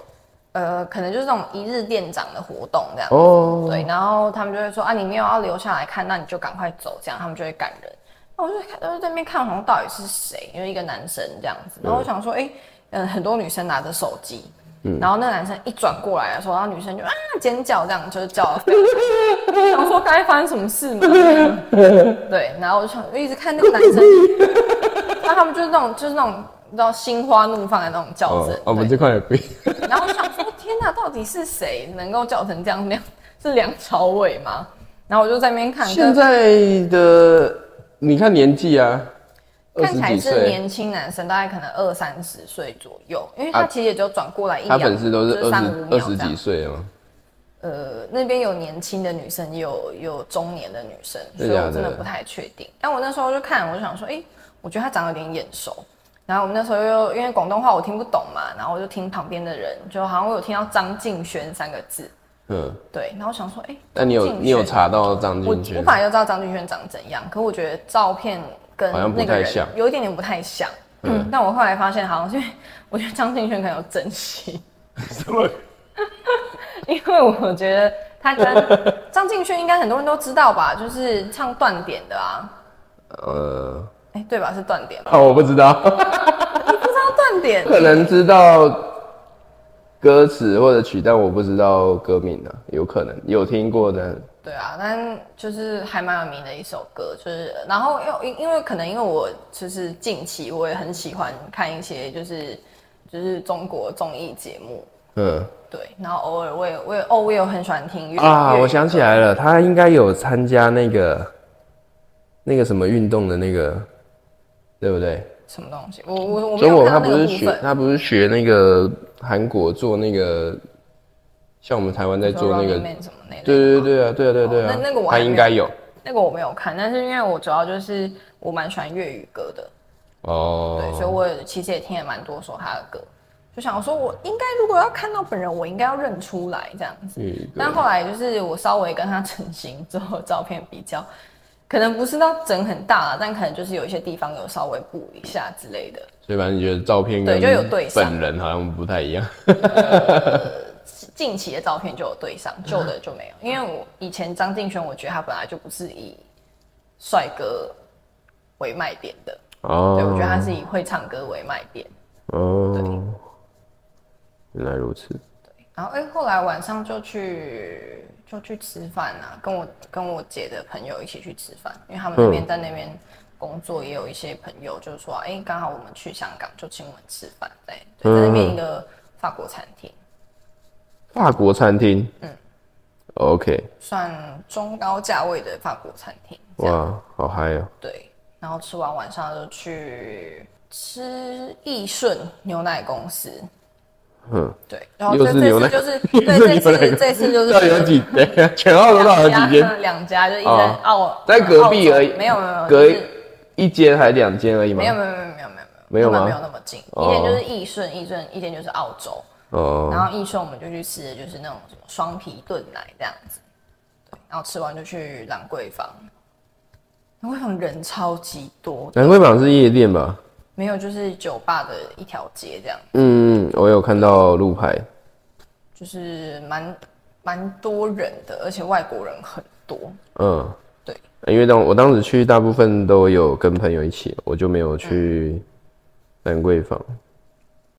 [SPEAKER 1] 呃，可能就是这种一日店长的活动这样。
[SPEAKER 2] 哦，
[SPEAKER 1] 呃对，然后他们就会说啊，你没有要留下来看，那你就赶快走，这样他们就会赶人。那我就看，就在那边看好像到底是谁，因为一个男生这样子。然后我想说，哎、嗯、很多女生拿着手机，
[SPEAKER 2] 嗯
[SPEAKER 1] 然后那个男生一转过来的时候，然后女生就啊尖叫，这样就是叫得非常大。想说该发生什么事 吗？对，然后我就想我一直看那个男 生，那他们就是那种就是那种你知道心花怒放的那种叫声。
[SPEAKER 2] 哦，我
[SPEAKER 1] 对
[SPEAKER 2] 们这块有鬼，
[SPEAKER 1] 然后我想说，天哪，到底是谁能够叫成这样？梁是梁朝伟吗？然后我就在那边看，
[SPEAKER 2] 现在的你看年纪啊，二
[SPEAKER 1] 看
[SPEAKER 2] 十
[SPEAKER 1] 起来
[SPEAKER 2] 几
[SPEAKER 1] 是
[SPEAKER 2] 岁，
[SPEAKER 1] 年轻男生，大概可能二三十岁左右，因为他其实也就转过来一
[SPEAKER 2] 啊他
[SPEAKER 1] 两，
[SPEAKER 2] 粉丝都是
[SPEAKER 1] 就
[SPEAKER 2] 二
[SPEAKER 1] 三
[SPEAKER 2] 十
[SPEAKER 1] 五秒这
[SPEAKER 2] 二十
[SPEAKER 1] 样
[SPEAKER 2] 几。岁哦。
[SPEAKER 1] 呃，那边有年轻的女生，也有也有中年的女生，所
[SPEAKER 2] 真
[SPEAKER 1] 以
[SPEAKER 2] 的假的
[SPEAKER 1] 我真的不太确定。但我那时候就看，我就想说，诶，我觉得他长得有点眼熟。然后我们那时候又因为广东话我听不懂嘛，然后我就听旁边的人，就好像我有听到张敬轩三个字，
[SPEAKER 2] 嗯，
[SPEAKER 1] 对，然后我想说，诶，
[SPEAKER 2] 那你有
[SPEAKER 1] 张敬
[SPEAKER 2] 你有
[SPEAKER 1] 轩
[SPEAKER 2] 查到张
[SPEAKER 1] 我
[SPEAKER 2] 敬
[SPEAKER 1] 我
[SPEAKER 2] 轩
[SPEAKER 1] 本？来就知道张敬轩长怎样，可我觉得照片跟
[SPEAKER 2] 好像不
[SPEAKER 1] 那个
[SPEAKER 2] 太像
[SPEAKER 1] 人有一点点不太像。嗯，但我后来发现，好像是因为我觉得张敬轩可能有珍惜，
[SPEAKER 2] 什么？
[SPEAKER 1] 因为我觉得他 跟张敬轩应该很多人都知道吧，就是唱断点的啊，
[SPEAKER 2] 呃，
[SPEAKER 1] 哎、对吧？是断点吧？
[SPEAKER 2] 啊，我不知道，
[SPEAKER 1] 你不知道断点？
[SPEAKER 2] 可能知道歌词或者曲，但我不知道歌名啊，有可能有听过的。
[SPEAKER 1] 对啊，但就是还蛮有名的一首歌，就是然后又因因为可能因为我就是近期我也很喜欢看一些就是就是中国综艺节目，
[SPEAKER 2] 嗯
[SPEAKER 1] 对，然后偶尔我也我也哦，我也有很喜欢听粤
[SPEAKER 2] 啊，
[SPEAKER 1] 粤语
[SPEAKER 2] 我想起来了，他应该有参加那个那个什么运动的那个，对不对？
[SPEAKER 1] 什么东西，我我我没
[SPEAKER 2] 中
[SPEAKER 1] 有
[SPEAKER 2] 国
[SPEAKER 1] 看
[SPEAKER 2] 他
[SPEAKER 1] 到
[SPEAKER 2] 不
[SPEAKER 1] 那个
[SPEAKER 2] 是
[SPEAKER 1] 部
[SPEAKER 2] 学
[SPEAKER 1] 分。
[SPEAKER 2] 他不是学那个韩国做那个，像我们台湾在
[SPEAKER 1] 你说
[SPEAKER 2] 做那
[SPEAKER 1] Running
[SPEAKER 2] 个，
[SPEAKER 1] Man 什么那类的
[SPEAKER 2] 对对
[SPEAKER 1] 吗，
[SPEAKER 2] 对啊对啊对啊对啊，
[SPEAKER 1] 那那个我还
[SPEAKER 2] 他
[SPEAKER 1] 没
[SPEAKER 2] 应该有
[SPEAKER 1] 那个我没有看，但是因为我主要就是我蛮喜欢粤语歌的，
[SPEAKER 2] 哦，
[SPEAKER 1] 对，所以我也其实也听了蛮多首他的歌，就想说我应该如果要看到本人，我应该要认出来这样子。
[SPEAKER 2] 粤语歌
[SPEAKER 1] 但后来就是我稍微跟他 整形之后的照片比较，可能不是到整很大啦，但可能就是有一些地方有稍微补一下之类的。
[SPEAKER 2] 所以反正你觉得照片
[SPEAKER 1] 对
[SPEAKER 2] 跟
[SPEAKER 1] 就有对上
[SPEAKER 2] 本人好像不太一样，
[SPEAKER 1] 近期的照片就有对上，旧的就没有。因为我以前张敬轩，我觉得他本来就不是以帅哥为卖点的，
[SPEAKER 2] 哦，
[SPEAKER 1] 对我觉得他是以会唱歌为卖点。
[SPEAKER 2] 哦，原来如此，
[SPEAKER 1] 然后哎、后来晚上就去就去吃饭啊，跟我跟我姐的朋友一起去吃饭，因为他们那边
[SPEAKER 2] 嗯
[SPEAKER 1] 在那边工作，也有一些朋友就是说，哎、刚好我们去香港，就请我们吃饭，在对在那边一个法国餐厅，
[SPEAKER 2] 法国餐厅，嗯，OK，
[SPEAKER 1] 算中高价位的法国餐厅。这样
[SPEAKER 2] 哇，好嗨哦，
[SPEAKER 1] 对，然后吃完晚上就去吃益顺牛奶公司。
[SPEAKER 2] 嗯，
[SPEAKER 1] 对，然后
[SPEAKER 2] 又
[SPEAKER 1] 这
[SPEAKER 2] 是牛奶
[SPEAKER 1] 这次就是对，这
[SPEAKER 2] 又是牛奶
[SPEAKER 1] 次这次就是
[SPEAKER 2] 到底有几？等一下全澳都到底有几间？
[SPEAKER 1] 两家，就一
[SPEAKER 2] 哦
[SPEAKER 1] 个澳
[SPEAKER 2] 在隔壁
[SPEAKER 1] 澳洲
[SPEAKER 2] 而已，
[SPEAKER 1] 没有没有没有
[SPEAKER 2] 隔嗯
[SPEAKER 1] 就是
[SPEAKER 2] 一间还两间而已吗？
[SPEAKER 1] 没有没有没有没有没有那么
[SPEAKER 2] 没有吗
[SPEAKER 1] 没有那么近，
[SPEAKER 2] 哦
[SPEAKER 1] 一间就是益顺，益顺一间就是澳洲，然
[SPEAKER 2] 哦，
[SPEAKER 1] 后益顺我们就去吃的就是那种什么双皮炖奶这样子，对，然后吃完就去兰桂坊，兰桂坊人超级多，
[SPEAKER 2] 南桂坊是夜店吧？
[SPEAKER 1] 没有就是酒吧的一条街这样。
[SPEAKER 2] 嗯，我有看到路牌，
[SPEAKER 1] 就是蛮蛮多人的，而且外国人很多。
[SPEAKER 2] 嗯，
[SPEAKER 1] 对，
[SPEAKER 2] 因为当我当时去，大部分都有跟朋友一起，我就没有去南桂坊。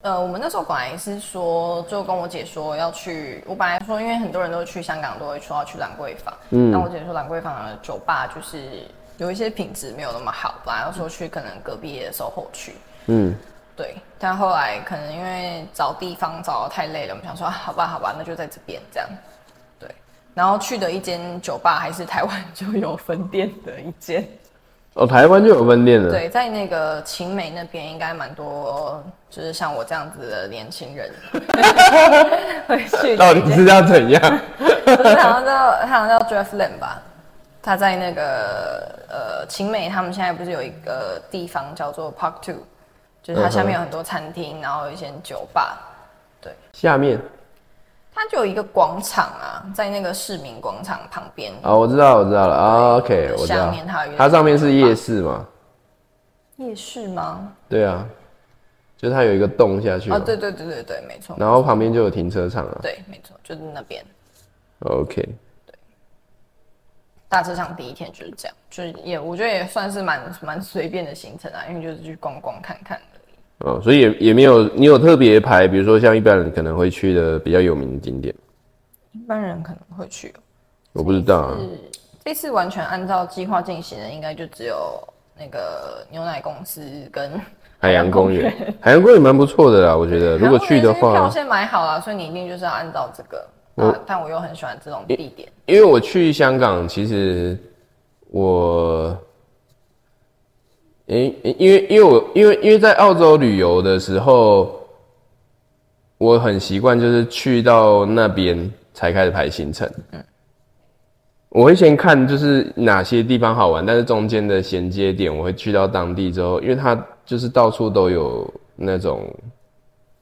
[SPEAKER 1] 呃，我们那时候本来是说，就跟我姐说要去，我本来说，因为很多人都去香港，都会说要去兰桂坊。嗯，那我姐说兰桂坊的酒吧就是有一些品质没有那么好，本来要说去可能隔壁的售后区。
[SPEAKER 2] 嗯，
[SPEAKER 1] 对，但后来可能因为找地方找得太累了，我们想说，啊好吧，好吧，那就在这边这样。对，然后去的一间酒吧还是台湾就有分店的一间。
[SPEAKER 2] 哦，台湾就有分店了。，
[SPEAKER 1] 对，在那个晴美那边应该蛮多，就是像我这样子的年轻 人会去
[SPEAKER 2] 到
[SPEAKER 1] 那
[SPEAKER 2] 底
[SPEAKER 1] 间。
[SPEAKER 2] 是要怎样？
[SPEAKER 1] 他好像叫他好像叫 Jeff Lin 吧，他在那个呃晴美，他们现在不是有一个地方叫做 Park Two，就是它下
[SPEAKER 2] 嗯
[SPEAKER 1] 面有很多餐厅，然后有一些酒吧，
[SPEAKER 2] 下面
[SPEAKER 1] 它就有一个广场啊，在那个市民广场旁边，
[SPEAKER 2] 啊、我知道，我知道了啊，OK，我知
[SPEAKER 1] 下
[SPEAKER 2] 道
[SPEAKER 1] 面它有一个，
[SPEAKER 2] 它上面是夜市嘛，
[SPEAKER 1] 夜市吗？
[SPEAKER 2] 对啊，就是它有一个洞下去嘛，
[SPEAKER 1] 啊，对对对对对，没错，
[SPEAKER 2] 然后旁边就有停车场啊
[SPEAKER 1] 对，没错，就是那边。
[SPEAKER 2] ，OK，
[SPEAKER 1] 大致上第一天就是这样，就是也我觉得也算是蛮蛮随便的行程啊，因为就是去逛逛看看而已。
[SPEAKER 2] 哦，所以也也没有你有特别排，比如说像一般人可能会去的比较有名的景点，
[SPEAKER 1] 一般人可能会去、
[SPEAKER 2] 我不知道、啊，
[SPEAKER 1] 是这次完全按照计划进行的，应该就只有那个牛奶公司 跟
[SPEAKER 2] 海洋公园，海洋公园蛮不错的啦，我觉得如果去的
[SPEAKER 1] 然后因为票
[SPEAKER 2] 话，
[SPEAKER 1] 先买好啊了，所以你一定就是要按照这个。
[SPEAKER 2] 我
[SPEAKER 1] 啊，但我又很喜欢这种地点，
[SPEAKER 2] 因为我去香港，其实我，诶、诶因为因为我因为因为在澳洲旅游的时候，我很习惯就是去到那边才开始排行程。嗯，我会先看就是哪些地方好玩，但是中间的衔接点我会去到当地之后，因为它就是到处都有那种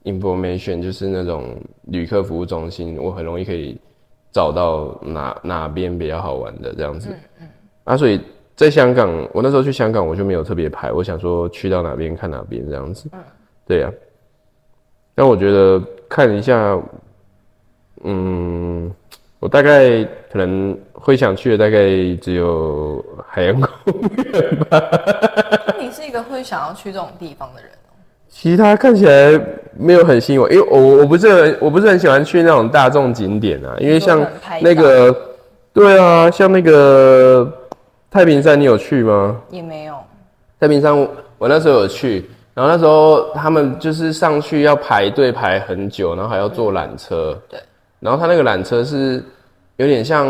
[SPEAKER 2] information，就是那种旅客服务中心，我很容易可以。找到哪哪边比较好玩的这样子。啊，所以在香港，我那时候去香港，我就没有特别排，我想说去到哪边看哪边这样子。对呀、但我觉得看一下，嗯，我大概可能会想去的大概只有海洋公园，
[SPEAKER 1] 那你是一个会想要去这种地方的人哦、
[SPEAKER 2] 其他看起来没有很吸引我，因为我我不是很我不是很喜欢去那种大众景点啊，因为像
[SPEAKER 1] 就很拍
[SPEAKER 2] 那个，对啊，像那个太平山，你有去吗？
[SPEAKER 1] 也没有，
[SPEAKER 2] 太平山我我那时候有去，然后那时候他们就是上去要排队排很久，然后还要坐缆车，
[SPEAKER 1] 对，
[SPEAKER 2] 然后他那个缆车是有点像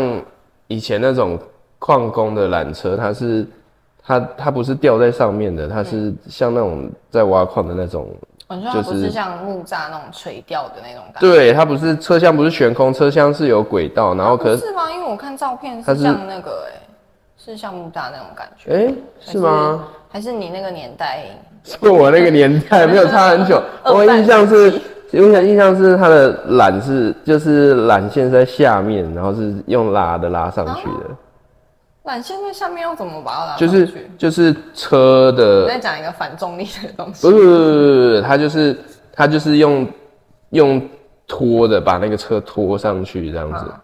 [SPEAKER 2] 以前那种矿工的缆车，它是它它不是吊在上面的，它是
[SPEAKER 1] 嗯
[SPEAKER 2] 像那种在挖矿的那种
[SPEAKER 1] 我觉得它
[SPEAKER 2] 就
[SPEAKER 1] 不
[SPEAKER 2] 是
[SPEAKER 1] 是像木栅那种垂钓的那种感觉。
[SPEAKER 2] 对，它不是车厢不是悬空，车厢是有轨道，然后啊可
[SPEAKER 1] 啊不
[SPEAKER 2] 是
[SPEAKER 1] 是吗？因为我看照片
[SPEAKER 2] 它
[SPEAKER 1] 是
[SPEAKER 2] 是
[SPEAKER 1] 像那个、哎，是像木栅那种感觉。
[SPEAKER 2] 哎、是吗？？
[SPEAKER 1] 还是你那个年代？
[SPEAKER 2] 是我那个年代没有差很久，
[SPEAKER 1] 二
[SPEAKER 2] 我
[SPEAKER 1] 半
[SPEAKER 2] 印象是，我想印象是它的缆是就是缆线是在下面，然后是用拉的拉上去的，
[SPEAKER 1] 缆线在下面要怎么把它哦拉上去？
[SPEAKER 2] 就是就是车
[SPEAKER 1] 我
[SPEAKER 2] 的
[SPEAKER 1] 在讲一个反重力的东西
[SPEAKER 2] 不。是不是不是不是，它就是它就是用用拖的把那个车拖上去这样子。
[SPEAKER 1] 啊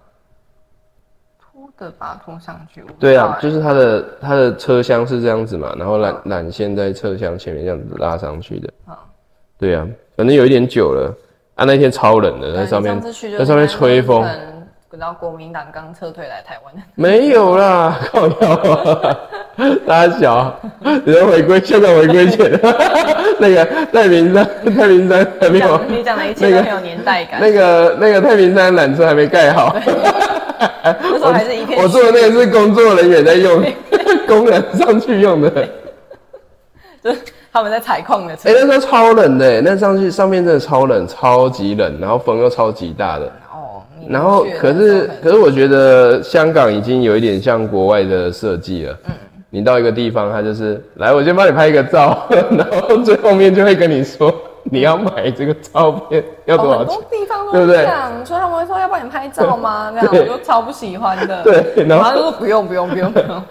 [SPEAKER 1] 拖的把它拖上去。我不
[SPEAKER 2] 对
[SPEAKER 1] 知道
[SPEAKER 2] 啊，
[SPEAKER 1] 哎
[SPEAKER 2] 就是它的它的车厢是这样子嘛，然后缆缆线在车厢前面这样子拉上去的。
[SPEAKER 1] 好
[SPEAKER 2] 对啊，反正有一点久了啊，那天超冷的，在
[SPEAKER 1] 对
[SPEAKER 2] 上
[SPEAKER 1] 哎你
[SPEAKER 2] 面
[SPEAKER 1] 上次去就
[SPEAKER 2] 在上面吹风，
[SPEAKER 1] 然后国民党刚撤退来台湾，
[SPEAKER 2] 没 有啦，靠腰啊，大小，你要回归香港回 归前，那个太平山太平山还
[SPEAKER 1] 你
[SPEAKER 2] 没有，啊
[SPEAKER 1] 讲你讲的一切都
[SPEAKER 2] 那个
[SPEAKER 1] 很有年代感。
[SPEAKER 2] 那个那个太平山缆车还没盖好。
[SPEAKER 1] 那时候还是一片
[SPEAKER 2] 我做的那个是工作人员 在用，工人上去用的。
[SPEAKER 1] 就是他们在采矿的车
[SPEAKER 2] 哎、。那时候超冷的、那上去上面真的超冷，超级冷，然后风又超级大的。
[SPEAKER 1] 哦，你
[SPEAKER 2] 然后
[SPEAKER 1] 去的
[SPEAKER 2] 可
[SPEAKER 1] 时候
[SPEAKER 2] 是可是我觉得香港已经有一点像国外的设计了。嗯，你到一个地方，它就是来，我先帮你拍一个照， 然后最后面就会跟你说你要买这个照片要多
[SPEAKER 1] 哦，
[SPEAKER 2] 少
[SPEAKER 1] 很
[SPEAKER 2] 钱
[SPEAKER 1] 多。地方
[SPEAKER 2] 对
[SPEAKER 1] 都
[SPEAKER 2] 不对
[SPEAKER 1] 这样，所以他们会说要帮你 拍照吗？这样
[SPEAKER 2] 对
[SPEAKER 1] 我就超不喜欢的。
[SPEAKER 2] 对然
[SPEAKER 1] 然
[SPEAKER 2] 后
[SPEAKER 1] 后他就说不用不用不用不 用。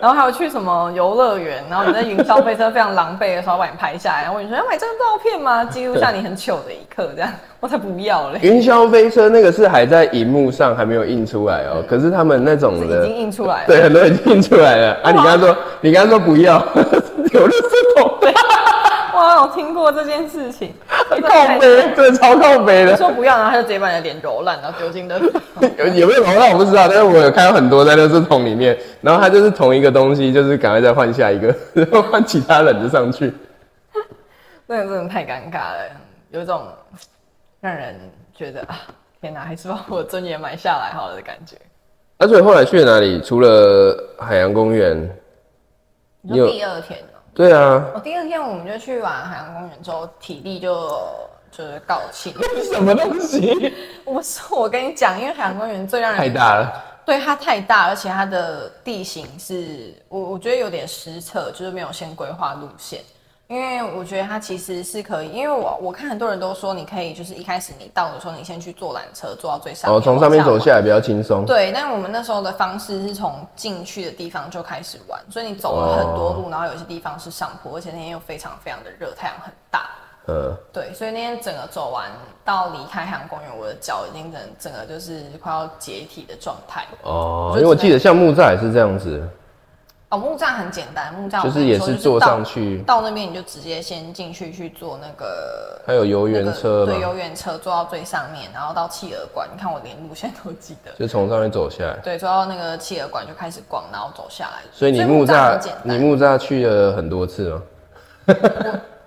[SPEAKER 1] 然后还有去什么游乐园，然后你在云霄飞车非常狼狈的时候把你拍下来，然后我就说要买这张照片 吗？记录下你很糗的一刻，这样我才不要嘞。
[SPEAKER 2] 云霄飞车那个是还在荧幕上还没有印出来哦，可是他们那种
[SPEAKER 1] 嗯是
[SPEAKER 2] 的
[SPEAKER 1] 已经印出来了。
[SPEAKER 2] 对，很多人印出来了啊！你刚刚说，你刚刚说不要， 有垃圾桶，
[SPEAKER 1] 哇，我听过这件事情，
[SPEAKER 2] 靠背，真的超靠背
[SPEAKER 1] 你
[SPEAKER 2] 的。
[SPEAKER 1] 说不要，然后他就直接把你的脸揉烂，然后丢进垃圾 桶。
[SPEAKER 2] 有有没有那我不知道，但是我有看到很多在垃圾桶里面，然后它就是同一个东西，就是赶快再换下一个， 然后换其他人就上去。
[SPEAKER 1] 那个真的太尴尬了，有一种让人觉得啊，天哪，还是把我尊严买下来好了的感觉。
[SPEAKER 2] 啊，所以后来去了哪里？除了海洋公园，
[SPEAKER 1] 你
[SPEAKER 2] 你有
[SPEAKER 1] 说第二天呢？
[SPEAKER 2] 对啊，
[SPEAKER 1] 我、哦第二天我们就去玩海洋公园之后，体力就就是告罄。
[SPEAKER 2] 什么东西？
[SPEAKER 1] 我说我跟你讲，因为海洋公园最让人
[SPEAKER 2] 太大了，
[SPEAKER 1] 对它太大，而且它的地形是我我觉得有点失策，就是没有先规划路线。因为我觉得它其实是可以，因为我我看很多人都说你可以，就是一开始你到的时候，你先去坐缆车，坐到最上面，
[SPEAKER 2] 哦，从上面
[SPEAKER 1] 往
[SPEAKER 2] 走
[SPEAKER 1] 玩
[SPEAKER 2] 下来比较轻松。
[SPEAKER 1] 对，但我们那时候的方式是从进去的地方就开始玩，所以你走了很
[SPEAKER 2] 哦
[SPEAKER 1] 多路，然后有些地方是上坡，而且那天又非常非常的热，太阳很大。
[SPEAKER 2] 呃，
[SPEAKER 1] 对，所以那天整个走完到离开海洋公园，我的脚已经整整个就是快要解体的状态。
[SPEAKER 2] 哦，
[SPEAKER 1] 我就
[SPEAKER 2] 因为我
[SPEAKER 1] 只
[SPEAKER 2] 记得像木栅也是这样子，
[SPEAKER 1] 哦，木栅很简单，木栅我
[SPEAKER 2] 就是
[SPEAKER 1] 跟你
[SPEAKER 2] 也
[SPEAKER 1] 说
[SPEAKER 2] 是
[SPEAKER 1] 就
[SPEAKER 2] 坐
[SPEAKER 1] 到
[SPEAKER 2] 上去
[SPEAKER 1] 到那边你就直接先进去去坐那个
[SPEAKER 2] 还有游
[SPEAKER 1] 那
[SPEAKER 2] 园
[SPEAKER 1] 个
[SPEAKER 2] 车
[SPEAKER 1] 对，游
[SPEAKER 2] 嘛，
[SPEAKER 1] 园车坐到最上面，然后到企鹅馆，你看我连路线都记得。
[SPEAKER 2] 就从上面走下来。
[SPEAKER 1] 对，坐到那个企鹅馆就开始逛，然后走下来。
[SPEAKER 2] 所以你木栅
[SPEAKER 1] 很简，
[SPEAKER 2] 你
[SPEAKER 1] 单，
[SPEAKER 2] 木栅去了很多次吗？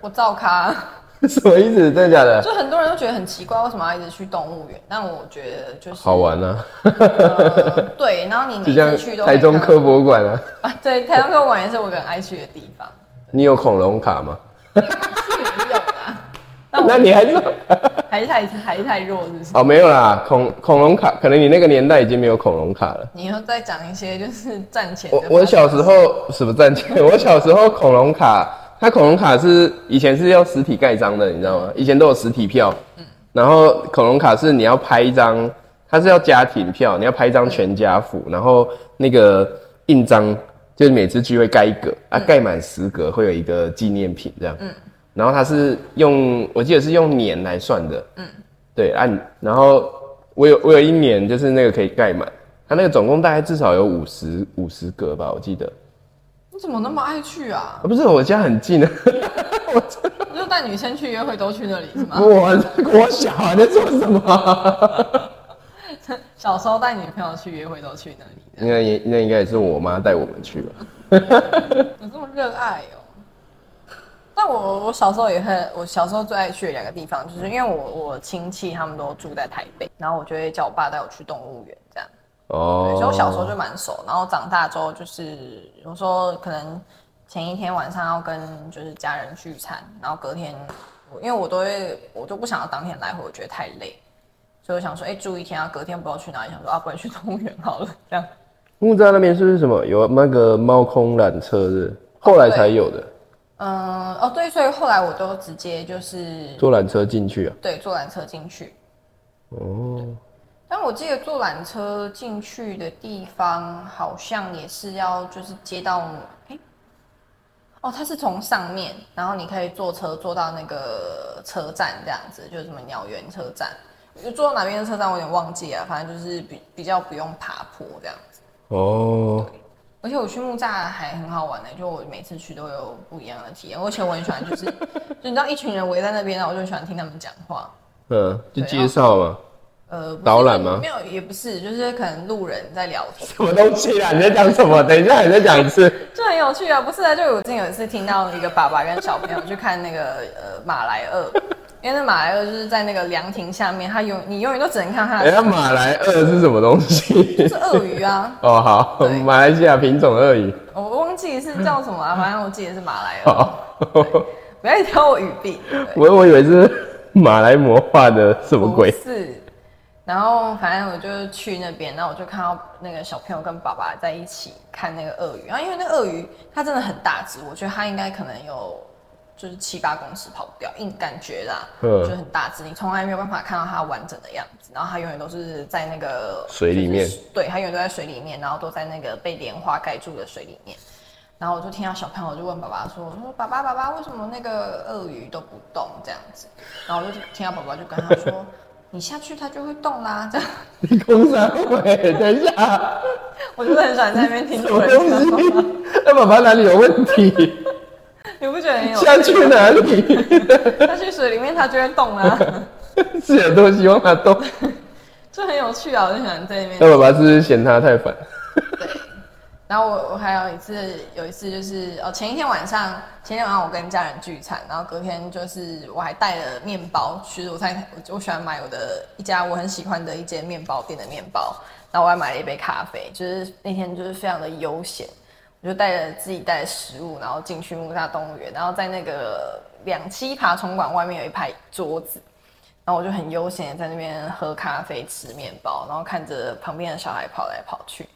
[SPEAKER 1] 我照咖。
[SPEAKER 2] 什么意思？真的假的？
[SPEAKER 1] 就很多人都觉得很奇怪，为什么要一直去动物园？但我觉得就是
[SPEAKER 2] 好、玩啊，
[SPEAKER 1] 呃对。然后你每
[SPEAKER 2] 就像
[SPEAKER 1] 次去都可以
[SPEAKER 2] 台中
[SPEAKER 1] 看到
[SPEAKER 2] 科博馆啊，
[SPEAKER 1] 啊，对，台中科博馆也是我很爱去的地方。
[SPEAKER 2] 你有恐龙卡吗？
[SPEAKER 1] 没有啦，但
[SPEAKER 2] 那
[SPEAKER 1] 我
[SPEAKER 2] 你还是
[SPEAKER 1] 还是太还是太弱，是不是？
[SPEAKER 2] 哦没有啦，恐恐龙卡，可能你那个年代已经没有恐龙卡了。
[SPEAKER 1] 你又再讲一些就是赚钱的
[SPEAKER 2] 我
[SPEAKER 1] 方法。
[SPEAKER 2] 我小时候什么战舰？ 我小时候恐龙卡，它恐龙卡是以前是要实体盖章的，你知道吗？以前都有实体票，
[SPEAKER 1] 嗯
[SPEAKER 2] 然后恐龙卡是你要拍一张，它是要家庭票，你要拍一张全家福，然后那个印章就是每次聚会盖一格
[SPEAKER 1] 嗯
[SPEAKER 2] 啊，盖满十格会有一个纪念品这样。然后它是用我记得是用年来算的，对，按、然后我有我有一年就是那个可以盖满，它那个总共大概至少有五十五十格吧，我记得。
[SPEAKER 1] 你怎么那么爱去啊
[SPEAKER 2] 啊，？不是我家很近啊，
[SPEAKER 1] 就带女生去约会都去那里是吗？
[SPEAKER 2] 我我小啊，在做 什么？
[SPEAKER 1] 小时候带女朋友去约会都去那里的，
[SPEAKER 2] 应该也那应该也是我妈带我们去吧。
[SPEAKER 1] 有这么热爱哦？但我我小时候也很，我小时候最爱去的两个地方，就是因为我我亲戚他们都住在台北，然后我就会叫我爸带我去动物园这样。对，
[SPEAKER 2] 哦，
[SPEAKER 1] 所以我小时候就蛮熟，然后长大之后就是有时候可能前一天晚上要跟就是家人聚餐，然后隔天我因为我都会我都不想要当天来回，我觉得太累，所以我想说，哎、住一天啊，隔天不知道去哪里，想说啊，不然去动物园好了，这样。
[SPEAKER 2] 木栅那边是不是什么有那个猫空缆车是不是？后来才有
[SPEAKER 1] 哦
[SPEAKER 2] 的，
[SPEAKER 1] 嗯，哦对，所以后来我都直接就是
[SPEAKER 2] 坐缆车进去啊。
[SPEAKER 1] 对坐缆车进去，
[SPEAKER 2] 哦，
[SPEAKER 1] 但我记得坐缆车进去的地方好像也是要就是接到，哎、哦，它是从上面，然后你可以坐车坐到那个车站这样子，就是什么鸟园车站，就坐到哪边的车站我有点忘记了，反正就是比比较不用爬坡这样子。
[SPEAKER 2] 哦，
[SPEAKER 1] 而且我去木栅还很好玩呢、就我每次去都有不一样的体验，而且我很喜欢就是，就你知道一群人围在那边，然后我就很喜欢听他们讲话。
[SPEAKER 2] 嗯，就介绍嘛，
[SPEAKER 1] 呃，不是
[SPEAKER 2] 导览吗
[SPEAKER 1] 没有，也不是，就是可能路人在聊天。
[SPEAKER 2] 什么东西啊？你在讲什么？等一下，你再 讲一次。
[SPEAKER 1] 就很有趣啊，不是啊？就我之前有一次听到一个爸爸跟小朋友去看那个呃马来鳄，因为那马来鳄就是在那个凉亭下面，它永你永远都只能看它
[SPEAKER 2] 哎、
[SPEAKER 1] 的
[SPEAKER 2] 那马来鳄是什么东西
[SPEAKER 1] 是？鳄鱼啊，
[SPEAKER 2] 哦，好，
[SPEAKER 1] 对
[SPEAKER 2] 马来西亚品种鳄鱼。
[SPEAKER 1] 我忘记是叫什么啊，反正我记得是马来鳄。
[SPEAKER 2] 好，
[SPEAKER 1] 不要一直挑我语病，对
[SPEAKER 2] 我我以为是马来魔化的什么鬼
[SPEAKER 1] 不？是。然后反正我就去那边，然后我就看到那个小朋友跟爸爸在一起看那个鳄鱼，然后因为那鳄鱼它真的很大只，我觉得它应该可能有就是七八公尺跑不掉，硬感觉啦，
[SPEAKER 2] 嗯
[SPEAKER 1] 就很大只，你从来没有办法看到它完整的样子，然后它永远都是在那个
[SPEAKER 2] 水里面
[SPEAKER 1] 就是对，它永远都在水里面，然后都在那个被莲花盖住的水里面。然后我就听到小朋友就问爸爸说：“我说爸爸爸爸，为什么那个鳄鱼都不动这样子？”然后我就听到爸爸就跟他说：“你下去它就会动啦。”这样，
[SPEAKER 2] 你空山鬼，啊等一下，
[SPEAKER 1] 我就是很喜欢在那边听
[SPEAKER 2] 什
[SPEAKER 1] 主
[SPEAKER 2] 么
[SPEAKER 1] 人
[SPEAKER 2] 东
[SPEAKER 1] 说
[SPEAKER 2] 西
[SPEAKER 1] 话，？
[SPEAKER 2] 那爸爸哪里有问题？
[SPEAKER 1] 你不觉得很有？
[SPEAKER 2] 下去哪里？
[SPEAKER 1] 它去水里面它就会动啦、
[SPEAKER 2] 是有多希望他动？
[SPEAKER 1] 就很有趣啊！我就喜欢在那边。
[SPEAKER 2] 那爸爸是不是嫌他太烦？
[SPEAKER 1] 然后我我还有一次，有一次就是哦，前一天晚上，前一天晚上我跟家人聚餐，然后隔天就是我还带了面包，其实我在我我喜欢买我的一家我很喜欢的一间面包店的面包，然后我还买了一杯咖啡，就是那天就是非常的悠闲，我就带着自己带的食物，然后进去木栅动物园，然后在那个两栖爬虫馆外面有一排桌子，然后我就很悠闲地在那边喝咖啡、吃面包，然后看着旁边的小孩跑来跑去。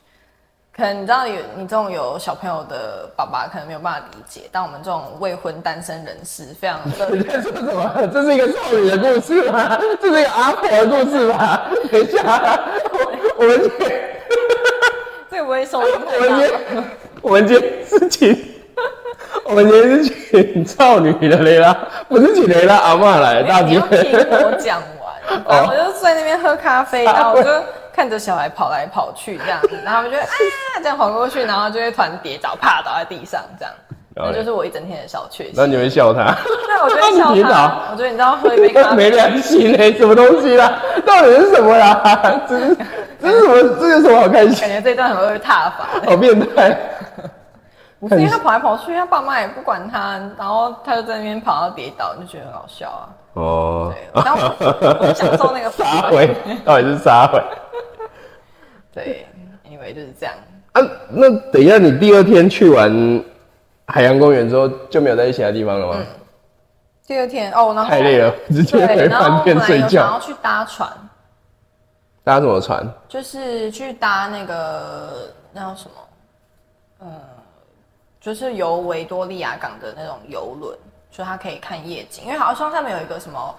[SPEAKER 1] 可能你知道有你这种有小朋友的爸爸可能没有办法理解，但我们这种未婚单身人士非常乐于
[SPEAKER 2] 这是什么？这是一个少女的故事吗？这是一个阿婆的故事吗？等一下，我我们今天
[SPEAKER 1] 这个不会收音
[SPEAKER 2] 我们今天我们今天是请我们今天是请少女的雷拉，不是请雷拉阿嬷来，大
[SPEAKER 1] 哎你
[SPEAKER 2] 姐
[SPEAKER 1] 要。听我讲 完，然后
[SPEAKER 2] 哦
[SPEAKER 1] 我就在那边喝咖啡，然后我就看着小孩跑来跑去这样子，然后我们就 啊这样跑过去，然后就会突然跌倒，啪倒在地上这样，
[SPEAKER 2] 了
[SPEAKER 1] 那
[SPEAKER 2] 解
[SPEAKER 1] 就是我一整天的小确
[SPEAKER 2] 那
[SPEAKER 1] 幸。
[SPEAKER 2] 你会笑她？
[SPEAKER 1] 对，我就会
[SPEAKER 2] 那你跌
[SPEAKER 1] 笑
[SPEAKER 2] 倒
[SPEAKER 1] 他，我觉得你知道喝一杯咖
[SPEAKER 2] 没
[SPEAKER 1] 啡，
[SPEAKER 2] 良心嘞、什么东西啦？到底是什么啦？这是这是什么？这有什么好开心
[SPEAKER 1] 感？觉这一段很会踏 伐。
[SPEAKER 2] 好变态！
[SPEAKER 1] 不是因为他跑来跑去，他爸妈也不管他，然后他就在那边跑到跌倒，就觉得很好笑啊。
[SPEAKER 2] 哦
[SPEAKER 1] 对， 然后我我享受那个氛
[SPEAKER 2] 撒
[SPEAKER 1] 围。
[SPEAKER 2] 回到底是撒回
[SPEAKER 1] 对，anyway 就是这样。
[SPEAKER 2] 啊？那等一下，你第二天去完海洋公园之后就没有在其他地方了吗？
[SPEAKER 1] 嗯第二天哦，然后
[SPEAKER 2] 太累了，直接
[SPEAKER 1] 对，
[SPEAKER 2] 回
[SPEAKER 1] 然后
[SPEAKER 2] 饭
[SPEAKER 1] 后来
[SPEAKER 2] 店睡
[SPEAKER 1] 有想要
[SPEAKER 2] 觉。
[SPEAKER 1] 去搭船，
[SPEAKER 2] 搭什么船？
[SPEAKER 1] 就是去搭那个那叫什么，呃，就是游维多利亚港的那种游轮，就它可以看夜景，因为好像他们有一个什么。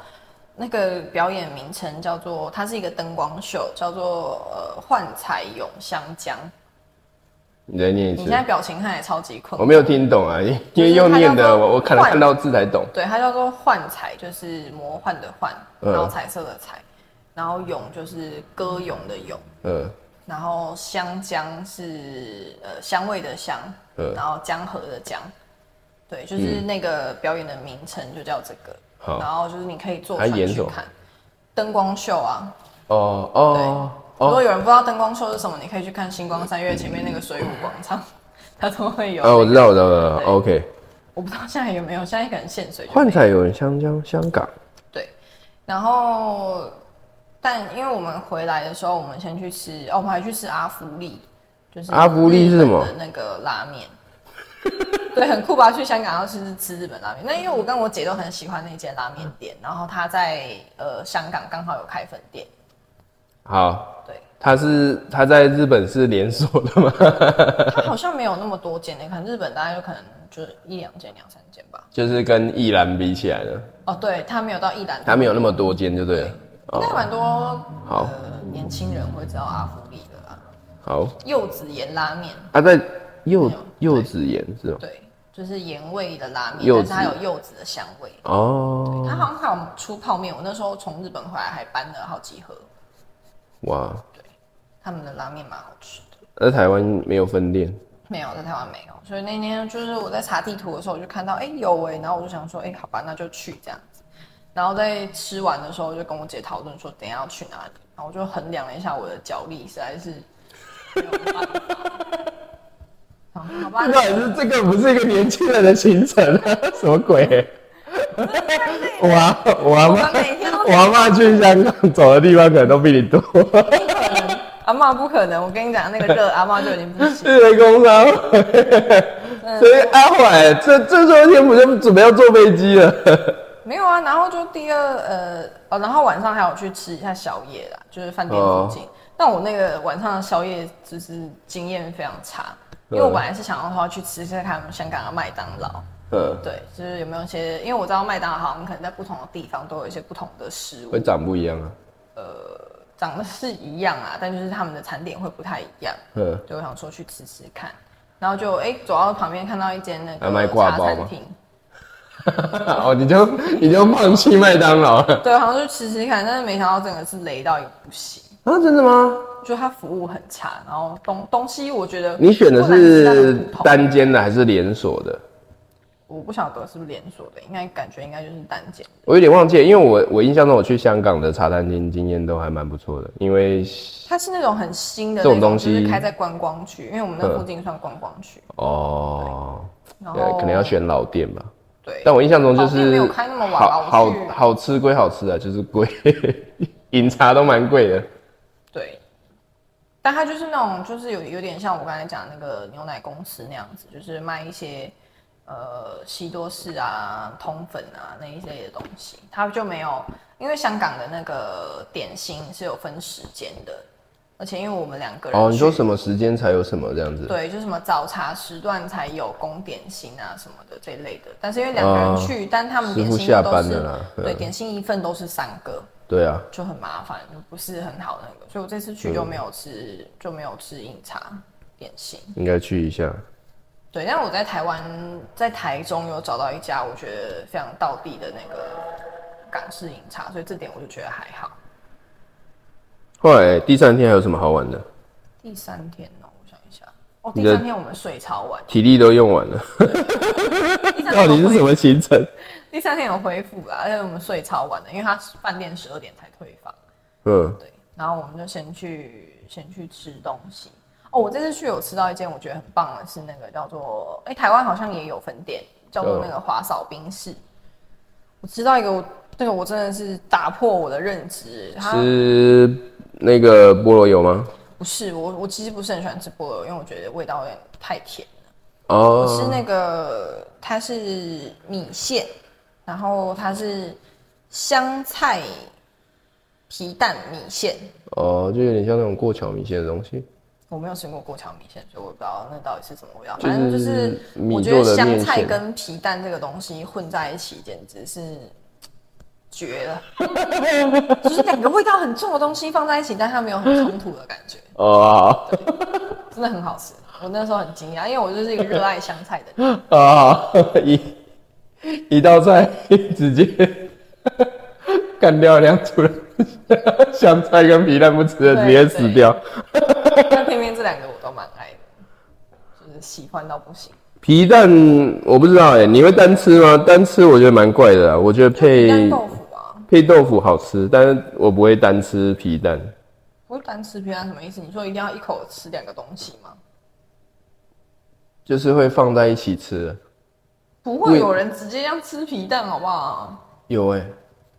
[SPEAKER 1] 那个表演名称叫做，它是一个灯光秀，叫做呃幻彩咏香江。
[SPEAKER 2] 你再念一
[SPEAKER 1] 你
[SPEAKER 2] 次
[SPEAKER 1] 现。在表情看起来超级困
[SPEAKER 2] 我没有听懂啊，
[SPEAKER 1] 哦
[SPEAKER 2] 因因为用念的，我我可能看到字才懂。
[SPEAKER 1] 对，它叫做幻彩，就是魔幻的幻，
[SPEAKER 2] 嗯
[SPEAKER 1] 然后彩色的彩，然后咏就是歌咏的咏，
[SPEAKER 2] 嗯，
[SPEAKER 1] 然后香江是呃香味的香，
[SPEAKER 2] 嗯
[SPEAKER 1] 然后江河的江，对，就是那个表演的名称就叫这个。
[SPEAKER 2] 好
[SPEAKER 1] 然后就是你可以坐
[SPEAKER 2] 它
[SPEAKER 1] 船
[SPEAKER 2] 演
[SPEAKER 1] 去
[SPEAKER 2] 什么
[SPEAKER 1] 看灯光秀啊。
[SPEAKER 2] 哦哦
[SPEAKER 1] 如果
[SPEAKER 2] 哦，
[SPEAKER 1] 有人不知道灯光秀是什么，你可以去看星光三月前面那个水舞广场， 它都会有那
[SPEAKER 2] 啊，
[SPEAKER 1] 个。
[SPEAKER 2] 我知道，我知道，我知道。
[SPEAKER 1] 对
[SPEAKER 2] OK，
[SPEAKER 1] 我不知道现在有没有，现在可能限水就没有。
[SPEAKER 2] 幻彩有人香江香港。
[SPEAKER 1] 对，然后但因为我们回来的时候，我们先去吃，哦，我们还去吃阿芙丽，就是
[SPEAKER 2] 阿芙丽是什么
[SPEAKER 1] 日本的那个拉面。 对，很酷吧？去香港要吃吃日本拉面。那因为我跟我姐都很喜欢那间拉面店，然后她在呃香港刚好有开分店。
[SPEAKER 2] 好，
[SPEAKER 1] 对，
[SPEAKER 2] 它是它在日本是连锁的吗？
[SPEAKER 1] 她好像没有那么多间呢，可能日本大概就可能就是一两间、两三间吧。
[SPEAKER 2] 就是跟一兰比起来呢，
[SPEAKER 1] 哦，对，她没有到一兰，
[SPEAKER 2] 它没有那么多间，就对了。
[SPEAKER 1] 应该蛮多
[SPEAKER 2] 好
[SPEAKER 1] 呃年轻人会知道阿芙丽的啦，
[SPEAKER 2] 好，
[SPEAKER 1] 柚子盐拉面。
[SPEAKER 2] 它在柚
[SPEAKER 1] 没有
[SPEAKER 2] 柚子盐是吗？
[SPEAKER 1] 对，就是盐味的拉面，
[SPEAKER 2] 柚
[SPEAKER 1] 但
[SPEAKER 2] 子
[SPEAKER 1] 是它有柚子的香味。
[SPEAKER 2] 哦，
[SPEAKER 1] 它好像还有出泡面，我那时候从日本回来还搬了好几盒，
[SPEAKER 2] 哇，
[SPEAKER 1] 他们的拉面蛮好吃的。
[SPEAKER 2] 在台湾没有分店，
[SPEAKER 1] 没有，在台湾没有，所以那天就是我在查地图的时候，我就看到哎、诶有哎、然后我就想说哎、诶好吧，那就去这样子。然后在吃完的时候，我就跟我姐讨论说等一下要去哪里，然后我就衡量了一下我的脚力，实在是没有办 法。好好吧，
[SPEAKER 2] 到底是这个不是一个年轻人的行程啊？ 什么鬼？我阿我阿
[SPEAKER 1] 我们每天
[SPEAKER 2] 妈
[SPEAKER 1] 都
[SPEAKER 2] 我阿妈去香港走的地方可能都比你多，
[SPEAKER 1] 阿嬷不可能，我跟你讲那个热阿嬷就已经不行。
[SPEAKER 2] 日为工伤。所以阿怀这这周天不就准备要坐飞机了？
[SPEAKER 1] 没有啊，然后就第二呃哦，然后晚上还有去吃一下宵夜啦，就是饭店附近。但我那个晚上的宵夜就是经验非常差，因为我本来是想要说去吃一下他们香港的麦当劳，
[SPEAKER 2] 嗯，
[SPEAKER 1] 对，就是有没有一些，因为我知道麦当劳好像可能在不同的地方都有一些不同的食物
[SPEAKER 2] 会，长不一样啊。
[SPEAKER 1] 长得是一样啊，但就是他们的餐点会不太一样，
[SPEAKER 2] 嗯，
[SPEAKER 1] 对，我想说去吃吃看，然后就哎、走到旁边看到一间那
[SPEAKER 2] 还卖
[SPEAKER 1] 个
[SPEAKER 2] 挂
[SPEAKER 1] 茶
[SPEAKER 2] 包
[SPEAKER 1] 餐
[SPEAKER 2] 吗
[SPEAKER 1] 厅，
[SPEAKER 2] 哦，你就你就放弃麦当劳了
[SPEAKER 1] 对，好像就吃吃看，但是没想到整个是雷到一个不行。
[SPEAKER 2] 啊？真的吗？
[SPEAKER 1] 就它服务很差，然后东东西我觉得
[SPEAKER 2] 你选的
[SPEAKER 1] 不难吃但
[SPEAKER 2] 是
[SPEAKER 1] 很普通
[SPEAKER 2] 单间的还是连锁的？
[SPEAKER 1] 我不晓得是不是连锁的，应该感觉应该就是单间。
[SPEAKER 2] 我有点忘记了，因为我我印象中我去香港的茶餐厅经验都还蛮不错的，因为
[SPEAKER 1] 它是那种很新的
[SPEAKER 2] 这种
[SPEAKER 1] 那
[SPEAKER 2] 东西
[SPEAKER 1] 就是开在观光区，因为我们那附近算观光区。
[SPEAKER 2] 哦，
[SPEAKER 1] 然
[SPEAKER 2] 呃
[SPEAKER 1] 后，
[SPEAKER 2] 可能要选老店吧。
[SPEAKER 1] 对，
[SPEAKER 2] 但我印象中就
[SPEAKER 1] 老店没
[SPEAKER 2] 是
[SPEAKER 1] 有哦开那么晚吧
[SPEAKER 2] 好好
[SPEAKER 1] 我去
[SPEAKER 2] 好吃归好吃啊，就是贵， 饮茶都蛮贵的。
[SPEAKER 1] 对，但它就是那种就是有有点像我刚才讲的那个牛奶公司那样子，就是卖一些呃西多士啊、通粉啊那一类的东西，它就没有。因为香港的那个点心是有分时间的，而且因为我们两个人
[SPEAKER 2] 哦，你说
[SPEAKER 1] 去
[SPEAKER 2] 什么时间才有什么这样子？，
[SPEAKER 1] 对，就什么早茶时段才有供点心啊什么的这一类的。但是因为两个人去，但他们
[SPEAKER 2] 哦师
[SPEAKER 1] 点
[SPEAKER 2] 傅
[SPEAKER 1] 心
[SPEAKER 2] 下
[SPEAKER 1] 都
[SPEAKER 2] 班
[SPEAKER 1] 是
[SPEAKER 2] 了啦
[SPEAKER 1] 对，
[SPEAKER 2] 嗯
[SPEAKER 1] 点心一份都是三个，
[SPEAKER 2] 对啊，
[SPEAKER 1] 就很麻烦，就不是很好那个。所以我这次去就没有
[SPEAKER 2] 嗯
[SPEAKER 1] 吃，就没有吃饮茶点心。
[SPEAKER 2] 应该去一下。
[SPEAKER 1] 对，但我在台湾，在台中有找到一家我觉得非常道地的那个港式饮茶，所以这点我就觉得还好。
[SPEAKER 2] 后来第三天还有什么好玩的？
[SPEAKER 1] 第三天呢、我想一下，哦，
[SPEAKER 2] 你
[SPEAKER 1] 第
[SPEAKER 2] 的
[SPEAKER 1] 三天我们睡超晚，
[SPEAKER 2] 体力都用 完了，
[SPEAKER 1] 第三
[SPEAKER 2] 到
[SPEAKER 1] 天我
[SPEAKER 2] 底是
[SPEAKER 1] 回
[SPEAKER 2] 什么行程？
[SPEAKER 1] 第三天有恢复啦，而且我们睡超晚的，因为他饭店十二点才退房，
[SPEAKER 2] 嗯，
[SPEAKER 1] 对。然后我们就先去先去吃东西。哦，我这次去有吃到一间我觉得很棒的是那个叫做，哎、台湾好像也有分店，叫做那个华嫂冰室。我吃到一个我，这个我真的是打破我的认知。它
[SPEAKER 2] 吃那个菠萝油吗？
[SPEAKER 1] 不是我，我其实不是很喜欢吃菠萝，因为我觉得味道有点太甜。我是
[SPEAKER 2] 哦，
[SPEAKER 1] 那个，它是米线，然后它是香菜皮蛋米线。
[SPEAKER 2] 哦，就有点像那种过桥米线的东西，
[SPEAKER 1] 我没有吃过过桥米线，所以我不知道那到底是什么味道。
[SPEAKER 2] 就是
[SPEAKER 1] 反正就是，
[SPEAKER 2] 米
[SPEAKER 1] 我觉
[SPEAKER 2] 做的
[SPEAKER 1] 得香
[SPEAKER 2] 面
[SPEAKER 1] 菜
[SPEAKER 2] 线
[SPEAKER 1] 跟皮蛋这个东西混在一起，简直是绝 了。就是两个味道很重的东西放在一起，但它没有很冲突的感觉，
[SPEAKER 2] 哦
[SPEAKER 1] 真的很好吃。我那时候很惊讶，因为我就是一个热爱香菜的人。
[SPEAKER 2] 啊，一一道菜直接干掉两主人，香菜跟皮蛋不吃的直
[SPEAKER 1] 对
[SPEAKER 2] 接死掉。
[SPEAKER 1] 但偏偏这两个我都蛮爱的，就是喜欢到不行。
[SPEAKER 2] 皮蛋我不知道哎、你会单吃吗？单吃我觉得蛮怪的啊，我觉得
[SPEAKER 1] 皮
[SPEAKER 2] 配
[SPEAKER 1] 蛋豆腐啊，
[SPEAKER 2] 配豆腐好吃，但是我不会单吃皮蛋。
[SPEAKER 1] 不是单吃皮蛋什么意思？你说一定要一口吃两个东西吗？
[SPEAKER 2] 就是会放在一起吃。
[SPEAKER 1] 不
[SPEAKER 2] 我也
[SPEAKER 1] 会有人直接这样吃皮蛋，好不好？
[SPEAKER 2] 有哎、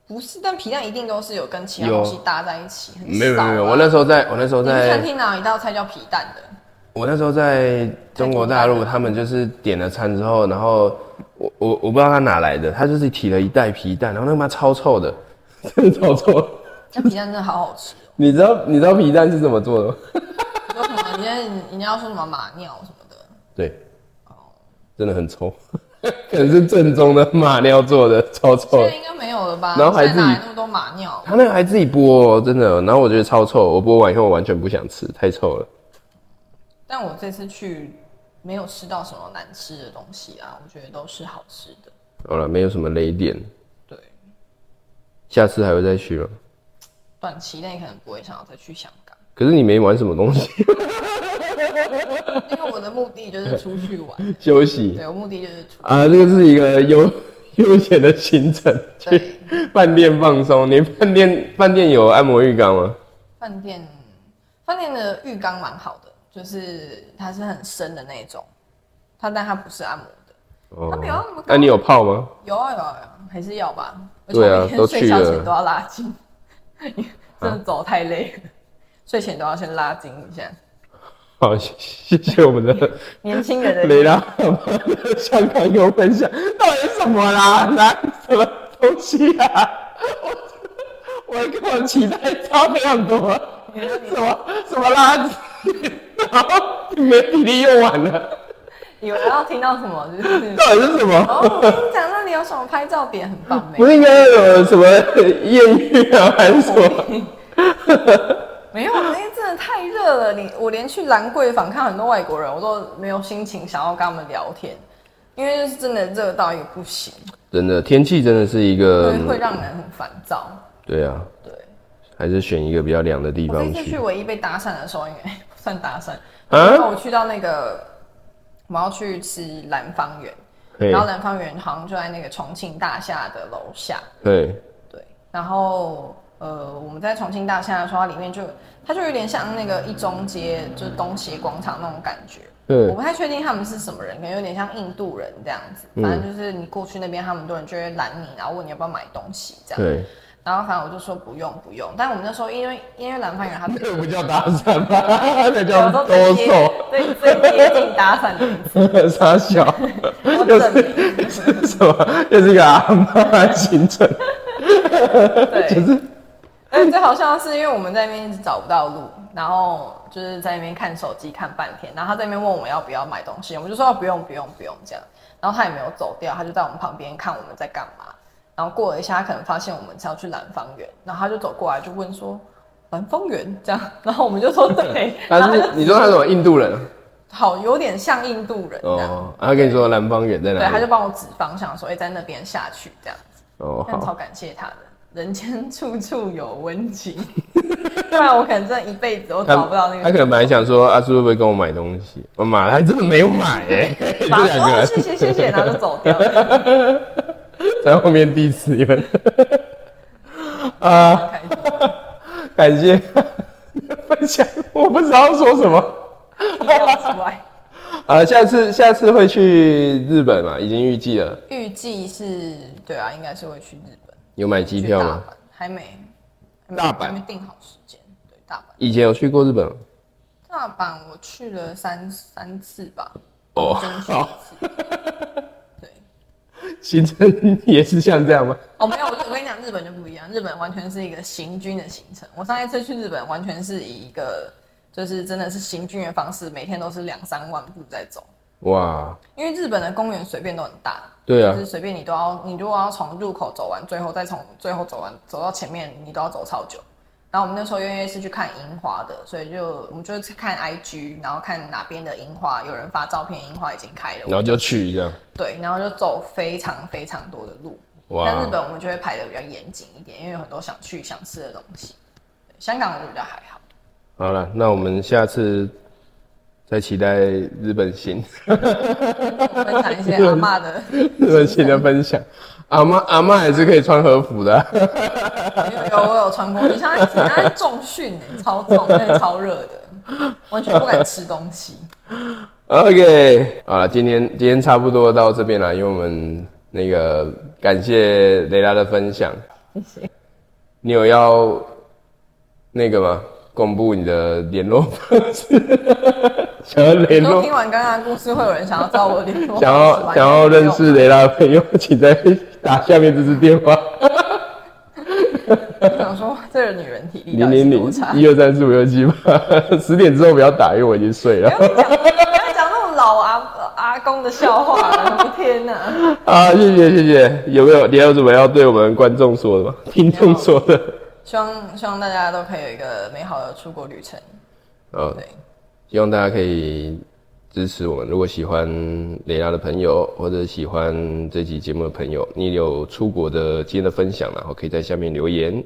[SPEAKER 1] 不是，但皮蛋一定都是有跟其他
[SPEAKER 2] 有
[SPEAKER 1] 东西搭在一起，很
[SPEAKER 2] 没有没有没有，
[SPEAKER 1] 少啊
[SPEAKER 2] 我那时候在我那时候
[SPEAKER 1] 你去餐
[SPEAKER 2] 在
[SPEAKER 1] 厅哪有一道菜叫皮蛋的？
[SPEAKER 2] 我那时候在中国大陆，他们就是点了餐之后，然后我我我不知道他哪来的，他就是提了一袋皮蛋，然后那个妈超臭的，真的超臭的。
[SPEAKER 1] 那皮蛋真的好好吃哦。
[SPEAKER 2] 你知道 你知道皮蛋是怎么做的吗？
[SPEAKER 1] 你说什么？人家人家要说什么马尿什么的，
[SPEAKER 2] 对，真的很 臭，可能是正宗的马尿做的，超臭
[SPEAKER 1] 现
[SPEAKER 2] 的
[SPEAKER 1] 在。应该没有了吧？
[SPEAKER 2] 哦然后还
[SPEAKER 1] 现在哪
[SPEAKER 2] 自己
[SPEAKER 1] 来那么多马尿？
[SPEAKER 2] 他那个还自己剥、哦，真的。然后我觉得超臭，我剥完以后我完全不想吃，太臭了。
[SPEAKER 1] 但我这次去没有吃到什么难吃的东西啊，我觉得都是好吃的。
[SPEAKER 2] 好了，没有什么雷点，
[SPEAKER 1] 对，
[SPEAKER 2] 下次还会再去吗？
[SPEAKER 1] 短期内可能不会想要再去香港，
[SPEAKER 2] 可是你没玩什么东西，
[SPEAKER 1] 因为我的目的就是出去 玩。
[SPEAKER 2] 休息
[SPEAKER 1] 对，我目的就是出
[SPEAKER 2] 啊，这个是一个悠 悠闲的行程，去
[SPEAKER 1] 对
[SPEAKER 2] 饭店放松。你饭店饭店有按摩浴缸吗？
[SPEAKER 1] 饭店，饭店的浴缸蛮好的，就是它是很深的那种，它但它不是按摩的。
[SPEAKER 2] 哦
[SPEAKER 1] 它没有按摩缸
[SPEAKER 2] 那你有泡吗？
[SPEAKER 1] 有啊有啊有啊，还是要吧。而且
[SPEAKER 2] 对啊
[SPEAKER 1] 我每
[SPEAKER 2] 都
[SPEAKER 1] 天
[SPEAKER 2] 去
[SPEAKER 1] 睡觉
[SPEAKER 2] 了啊
[SPEAKER 1] 前都要拉筋， 真的走太累了，睡前都要先拉筋一下。
[SPEAKER 2] 好，谢谢谢我们的
[SPEAKER 1] 年轻人 的
[SPEAKER 2] 雷拉香港有分享，到底是什么啦？拿什么东西啊？我我跟我期待差非常多，什么什么垃圾，然后没体力用完了，
[SPEAKER 1] 有人要听到什么就是。
[SPEAKER 2] 到底是什么？
[SPEAKER 1] 哦，我跟你讲，那里有什么拍照点很棒没
[SPEAKER 2] 不？是应该有什么艳遇啊，还是什么？
[SPEAKER 1] 没有，那天真的太热了。你我连去兰桂坊看很多外国人，我都没有心情想要跟他们聊天，因为就是真的热到一个不行，
[SPEAKER 2] 真的，天气真的是一
[SPEAKER 1] 所
[SPEAKER 2] 个
[SPEAKER 1] 以会让人很烦躁。
[SPEAKER 2] 对啊，
[SPEAKER 1] 对，
[SPEAKER 2] 还是选一个比较凉的地
[SPEAKER 1] 我这
[SPEAKER 2] 方
[SPEAKER 1] 次
[SPEAKER 2] 去
[SPEAKER 1] 去。唯一被搭讪的时候，因为 不算搭讪，
[SPEAKER 2] 啊
[SPEAKER 1] 然后我去到那个我们要去吃兰芳园，
[SPEAKER 2] 嘿
[SPEAKER 1] 然后兰芳园好像就在那个重庆大厦的楼下，
[SPEAKER 2] 对，
[SPEAKER 1] 对，然后呃，我们在重庆大厦的时候，它里面就它就有点像那个一中街，就是东协广场那种感觉。
[SPEAKER 2] 对
[SPEAKER 1] 我不太确定他们是什么人，可能有点像印度人这样子。
[SPEAKER 2] 嗯
[SPEAKER 1] 反正就是你过去那边，他们很多人就会拦你，然后问你要不要买东西这样。
[SPEAKER 2] 对，
[SPEAKER 1] 然后反正我就说不用不用，但我们那时候因为因为兰芳 园它比较
[SPEAKER 2] 这不叫搭讪吧？那
[SPEAKER 1] 我
[SPEAKER 2] 叫
[SPEAKER 1] 都
[SPEAKER 2] 兜
[SPEAKER 1] 最接
[SPEAKER 2] 售。
[SPEAKER 1] 对最接近打伞的名 字，
[SPEAKER 2] 傻小，
[SPEAKER 1] 我
[SPEAKER 2] 又
[SPEAKER 1] 证
[SPEAKER 2] 是
[SPEAKER 1] 明
[SPEAKER 2] 是什么？又是一个阿妈行程，
[SPEAKER 1] 对。
[SPEAKER 2] 就是，
[SPEAKER 1] 哎而且最好笑的是，因为我们在那边一直找不到路，然后就是在那边看手机看半天，然后他在那边问我们要不要买东西，我们就说不用不用不用这样，然后他也没有走掉，他就在我们旁边看我们在干嘛，然后过了一下，他可能发现我们是要去兰芳园，然后他就走过来就问说兰芳园这样，然后我们就说对
[SPEAKER 2] 他
[SPEAKER 1] 然后
[SPEAKER 2] 是
[SPEAKER 1] 就
[SPEAKER 2] 你说他是什么印度人啊
[SPEAKER 1] 好有点像印度人这样，
[SPEAKER 2] 哦，啊他跟你说南方远在哪
[SPEAKER 1] 对，
[SPEAKER 2] 里？
[SPEAKER 1] 他就帮我指方向说哎、在那边下去这样。
[SPEAKER 2] 哦
[SPEAKER 1] 但超
[SPEAKER 2] 好，
[SPEAKER 1] 感谢他的，人间处处有温情， 不然我可能真的一辈子都
[SPEAKER 2] 他
[SPEAKER 1] 找不到那个。
[SPEAKER 2] 他可能本来想说阿叔会不会跟我买东西，我买了还真的没有买哎，这
[SPEAKER 1] 把
[SPEAKER 2] 两个
[SPEAKER 1] 说
[SPEAKER 2] 人
[SPEAKER 1] 哦谢谢谢谢，然后就走掉，
[SPEAKER 2] 在后面 diss 你们 啊，
[SPEAKER 1] 很开心。
[SPEAKER 2] 感谢 分享，我不知道说什么。
[SPEAKER 1] 跳出来，
[SPEAKER 2] 呃，下次下次会去日本嘛？已经预计了，
[SPEAKER 1] 预计是对啊，应该是会去日本。
[SPEAKER 2] 有买机票吗
[SPEAKER 1] 去？大阪？还没，还没
[SPEAKER 2] 大阪
[SPEAKER 1] 还没定好时间。对，大阪，
[SPEAKER 2] 以前有去过日本吗，
[SPEAKER 1] 大阪我去了三三次吧，
[SPEAKER 2] 哦
[SPEAKER 1] 东京
[SPEAKER 2] 好
[SPEAKER 1] 去一次。对，
[SPEAKER 2] 行程也是像这样吗？
[SPEAKER 1] 哦，没有，我我跟你讲，日本就不一样，日本完全是一个行军的行程。我上一次去日本，完全是以一个就是真的是行军的方式，每天都是两三万步在走，
[SPEAKER 2] 哇，
[SPEAKER 1] 因为日本的公园随便都很大，
[SPEAKER 2] 对啊
[SPEAKER 1] 就是，随便你都要，你如果要从入口走完，最后再从最后走完走到前面，你都要走超久。然后我们那时候因为是去看樱花的，所以就我们就是看 IG，然后看哪边的樱花，有人发照片，樱花已经开
[SPEAKER 2] 然
[SPEAKER 1] 了，
[SPEAKER 2] 后就去这样，
[SPEAKER 1] 对，然后就走非常非常多的路。但日
[SPEAKER 2] 哇，
[SPEAKER 1] 本我们就会排的比较严谨一点，因为有很多想去想吃的东西。对香港我就比较还好，
[SPEAKER 2] 好了，那我们下次再期待日本行
[SPEAKER 1] 分享一些阿嬷的，
[SPEAKER 2] 日本行的分享。阿妈阿妈还是可以穿和服的啊、
[SPEAKER 1] 有有我有穿过，你像你像重训欸超重，而且超热的，完全不敢吃东西。
[SPEAKER 2] OK，好了，今天今天差不多到这边了，因为我们那个感谢雷拉的分享。你有要那个吗？公布你的联络方式，想要联
[SPEAKER 1] 如果
[SPEAKER 2] 络，
[SPEAKER 1] 听完刚刚的故事，会有人想要找我联络，
[SPEAKER 2] 想要想要认识雷拉的朋友，请在打下面这支电话
[SPEAKER 1] 我想说这个女人体力到底是
[SPEAKER 2] 零零零
[SPEAKER 1] 多差。
[SPEAKER 2] 一二三四五六七八，十点之后不要打，因为我已经睡了。
[SPEAKER 1] 不要讲不要讲那种老阿阿公的笑话了，我的天哪！
[SPEAKER 2] 啊，谢谢谢谢，有没有你还有什么要对我们观众说的吗？听众说的？
[SPEAKER 1] 希望希望大家都可以有一个美好的出国旅程。
[SPEAKER 2] 啊，
[SPEAKER 1] 对，
[SPEAKER 2] 希望大家可以支持我们。如果喜欢雷拉的朋友，或者喜欢这期节目的朋友，你有出国的经验的分享，然后可以在下面留言。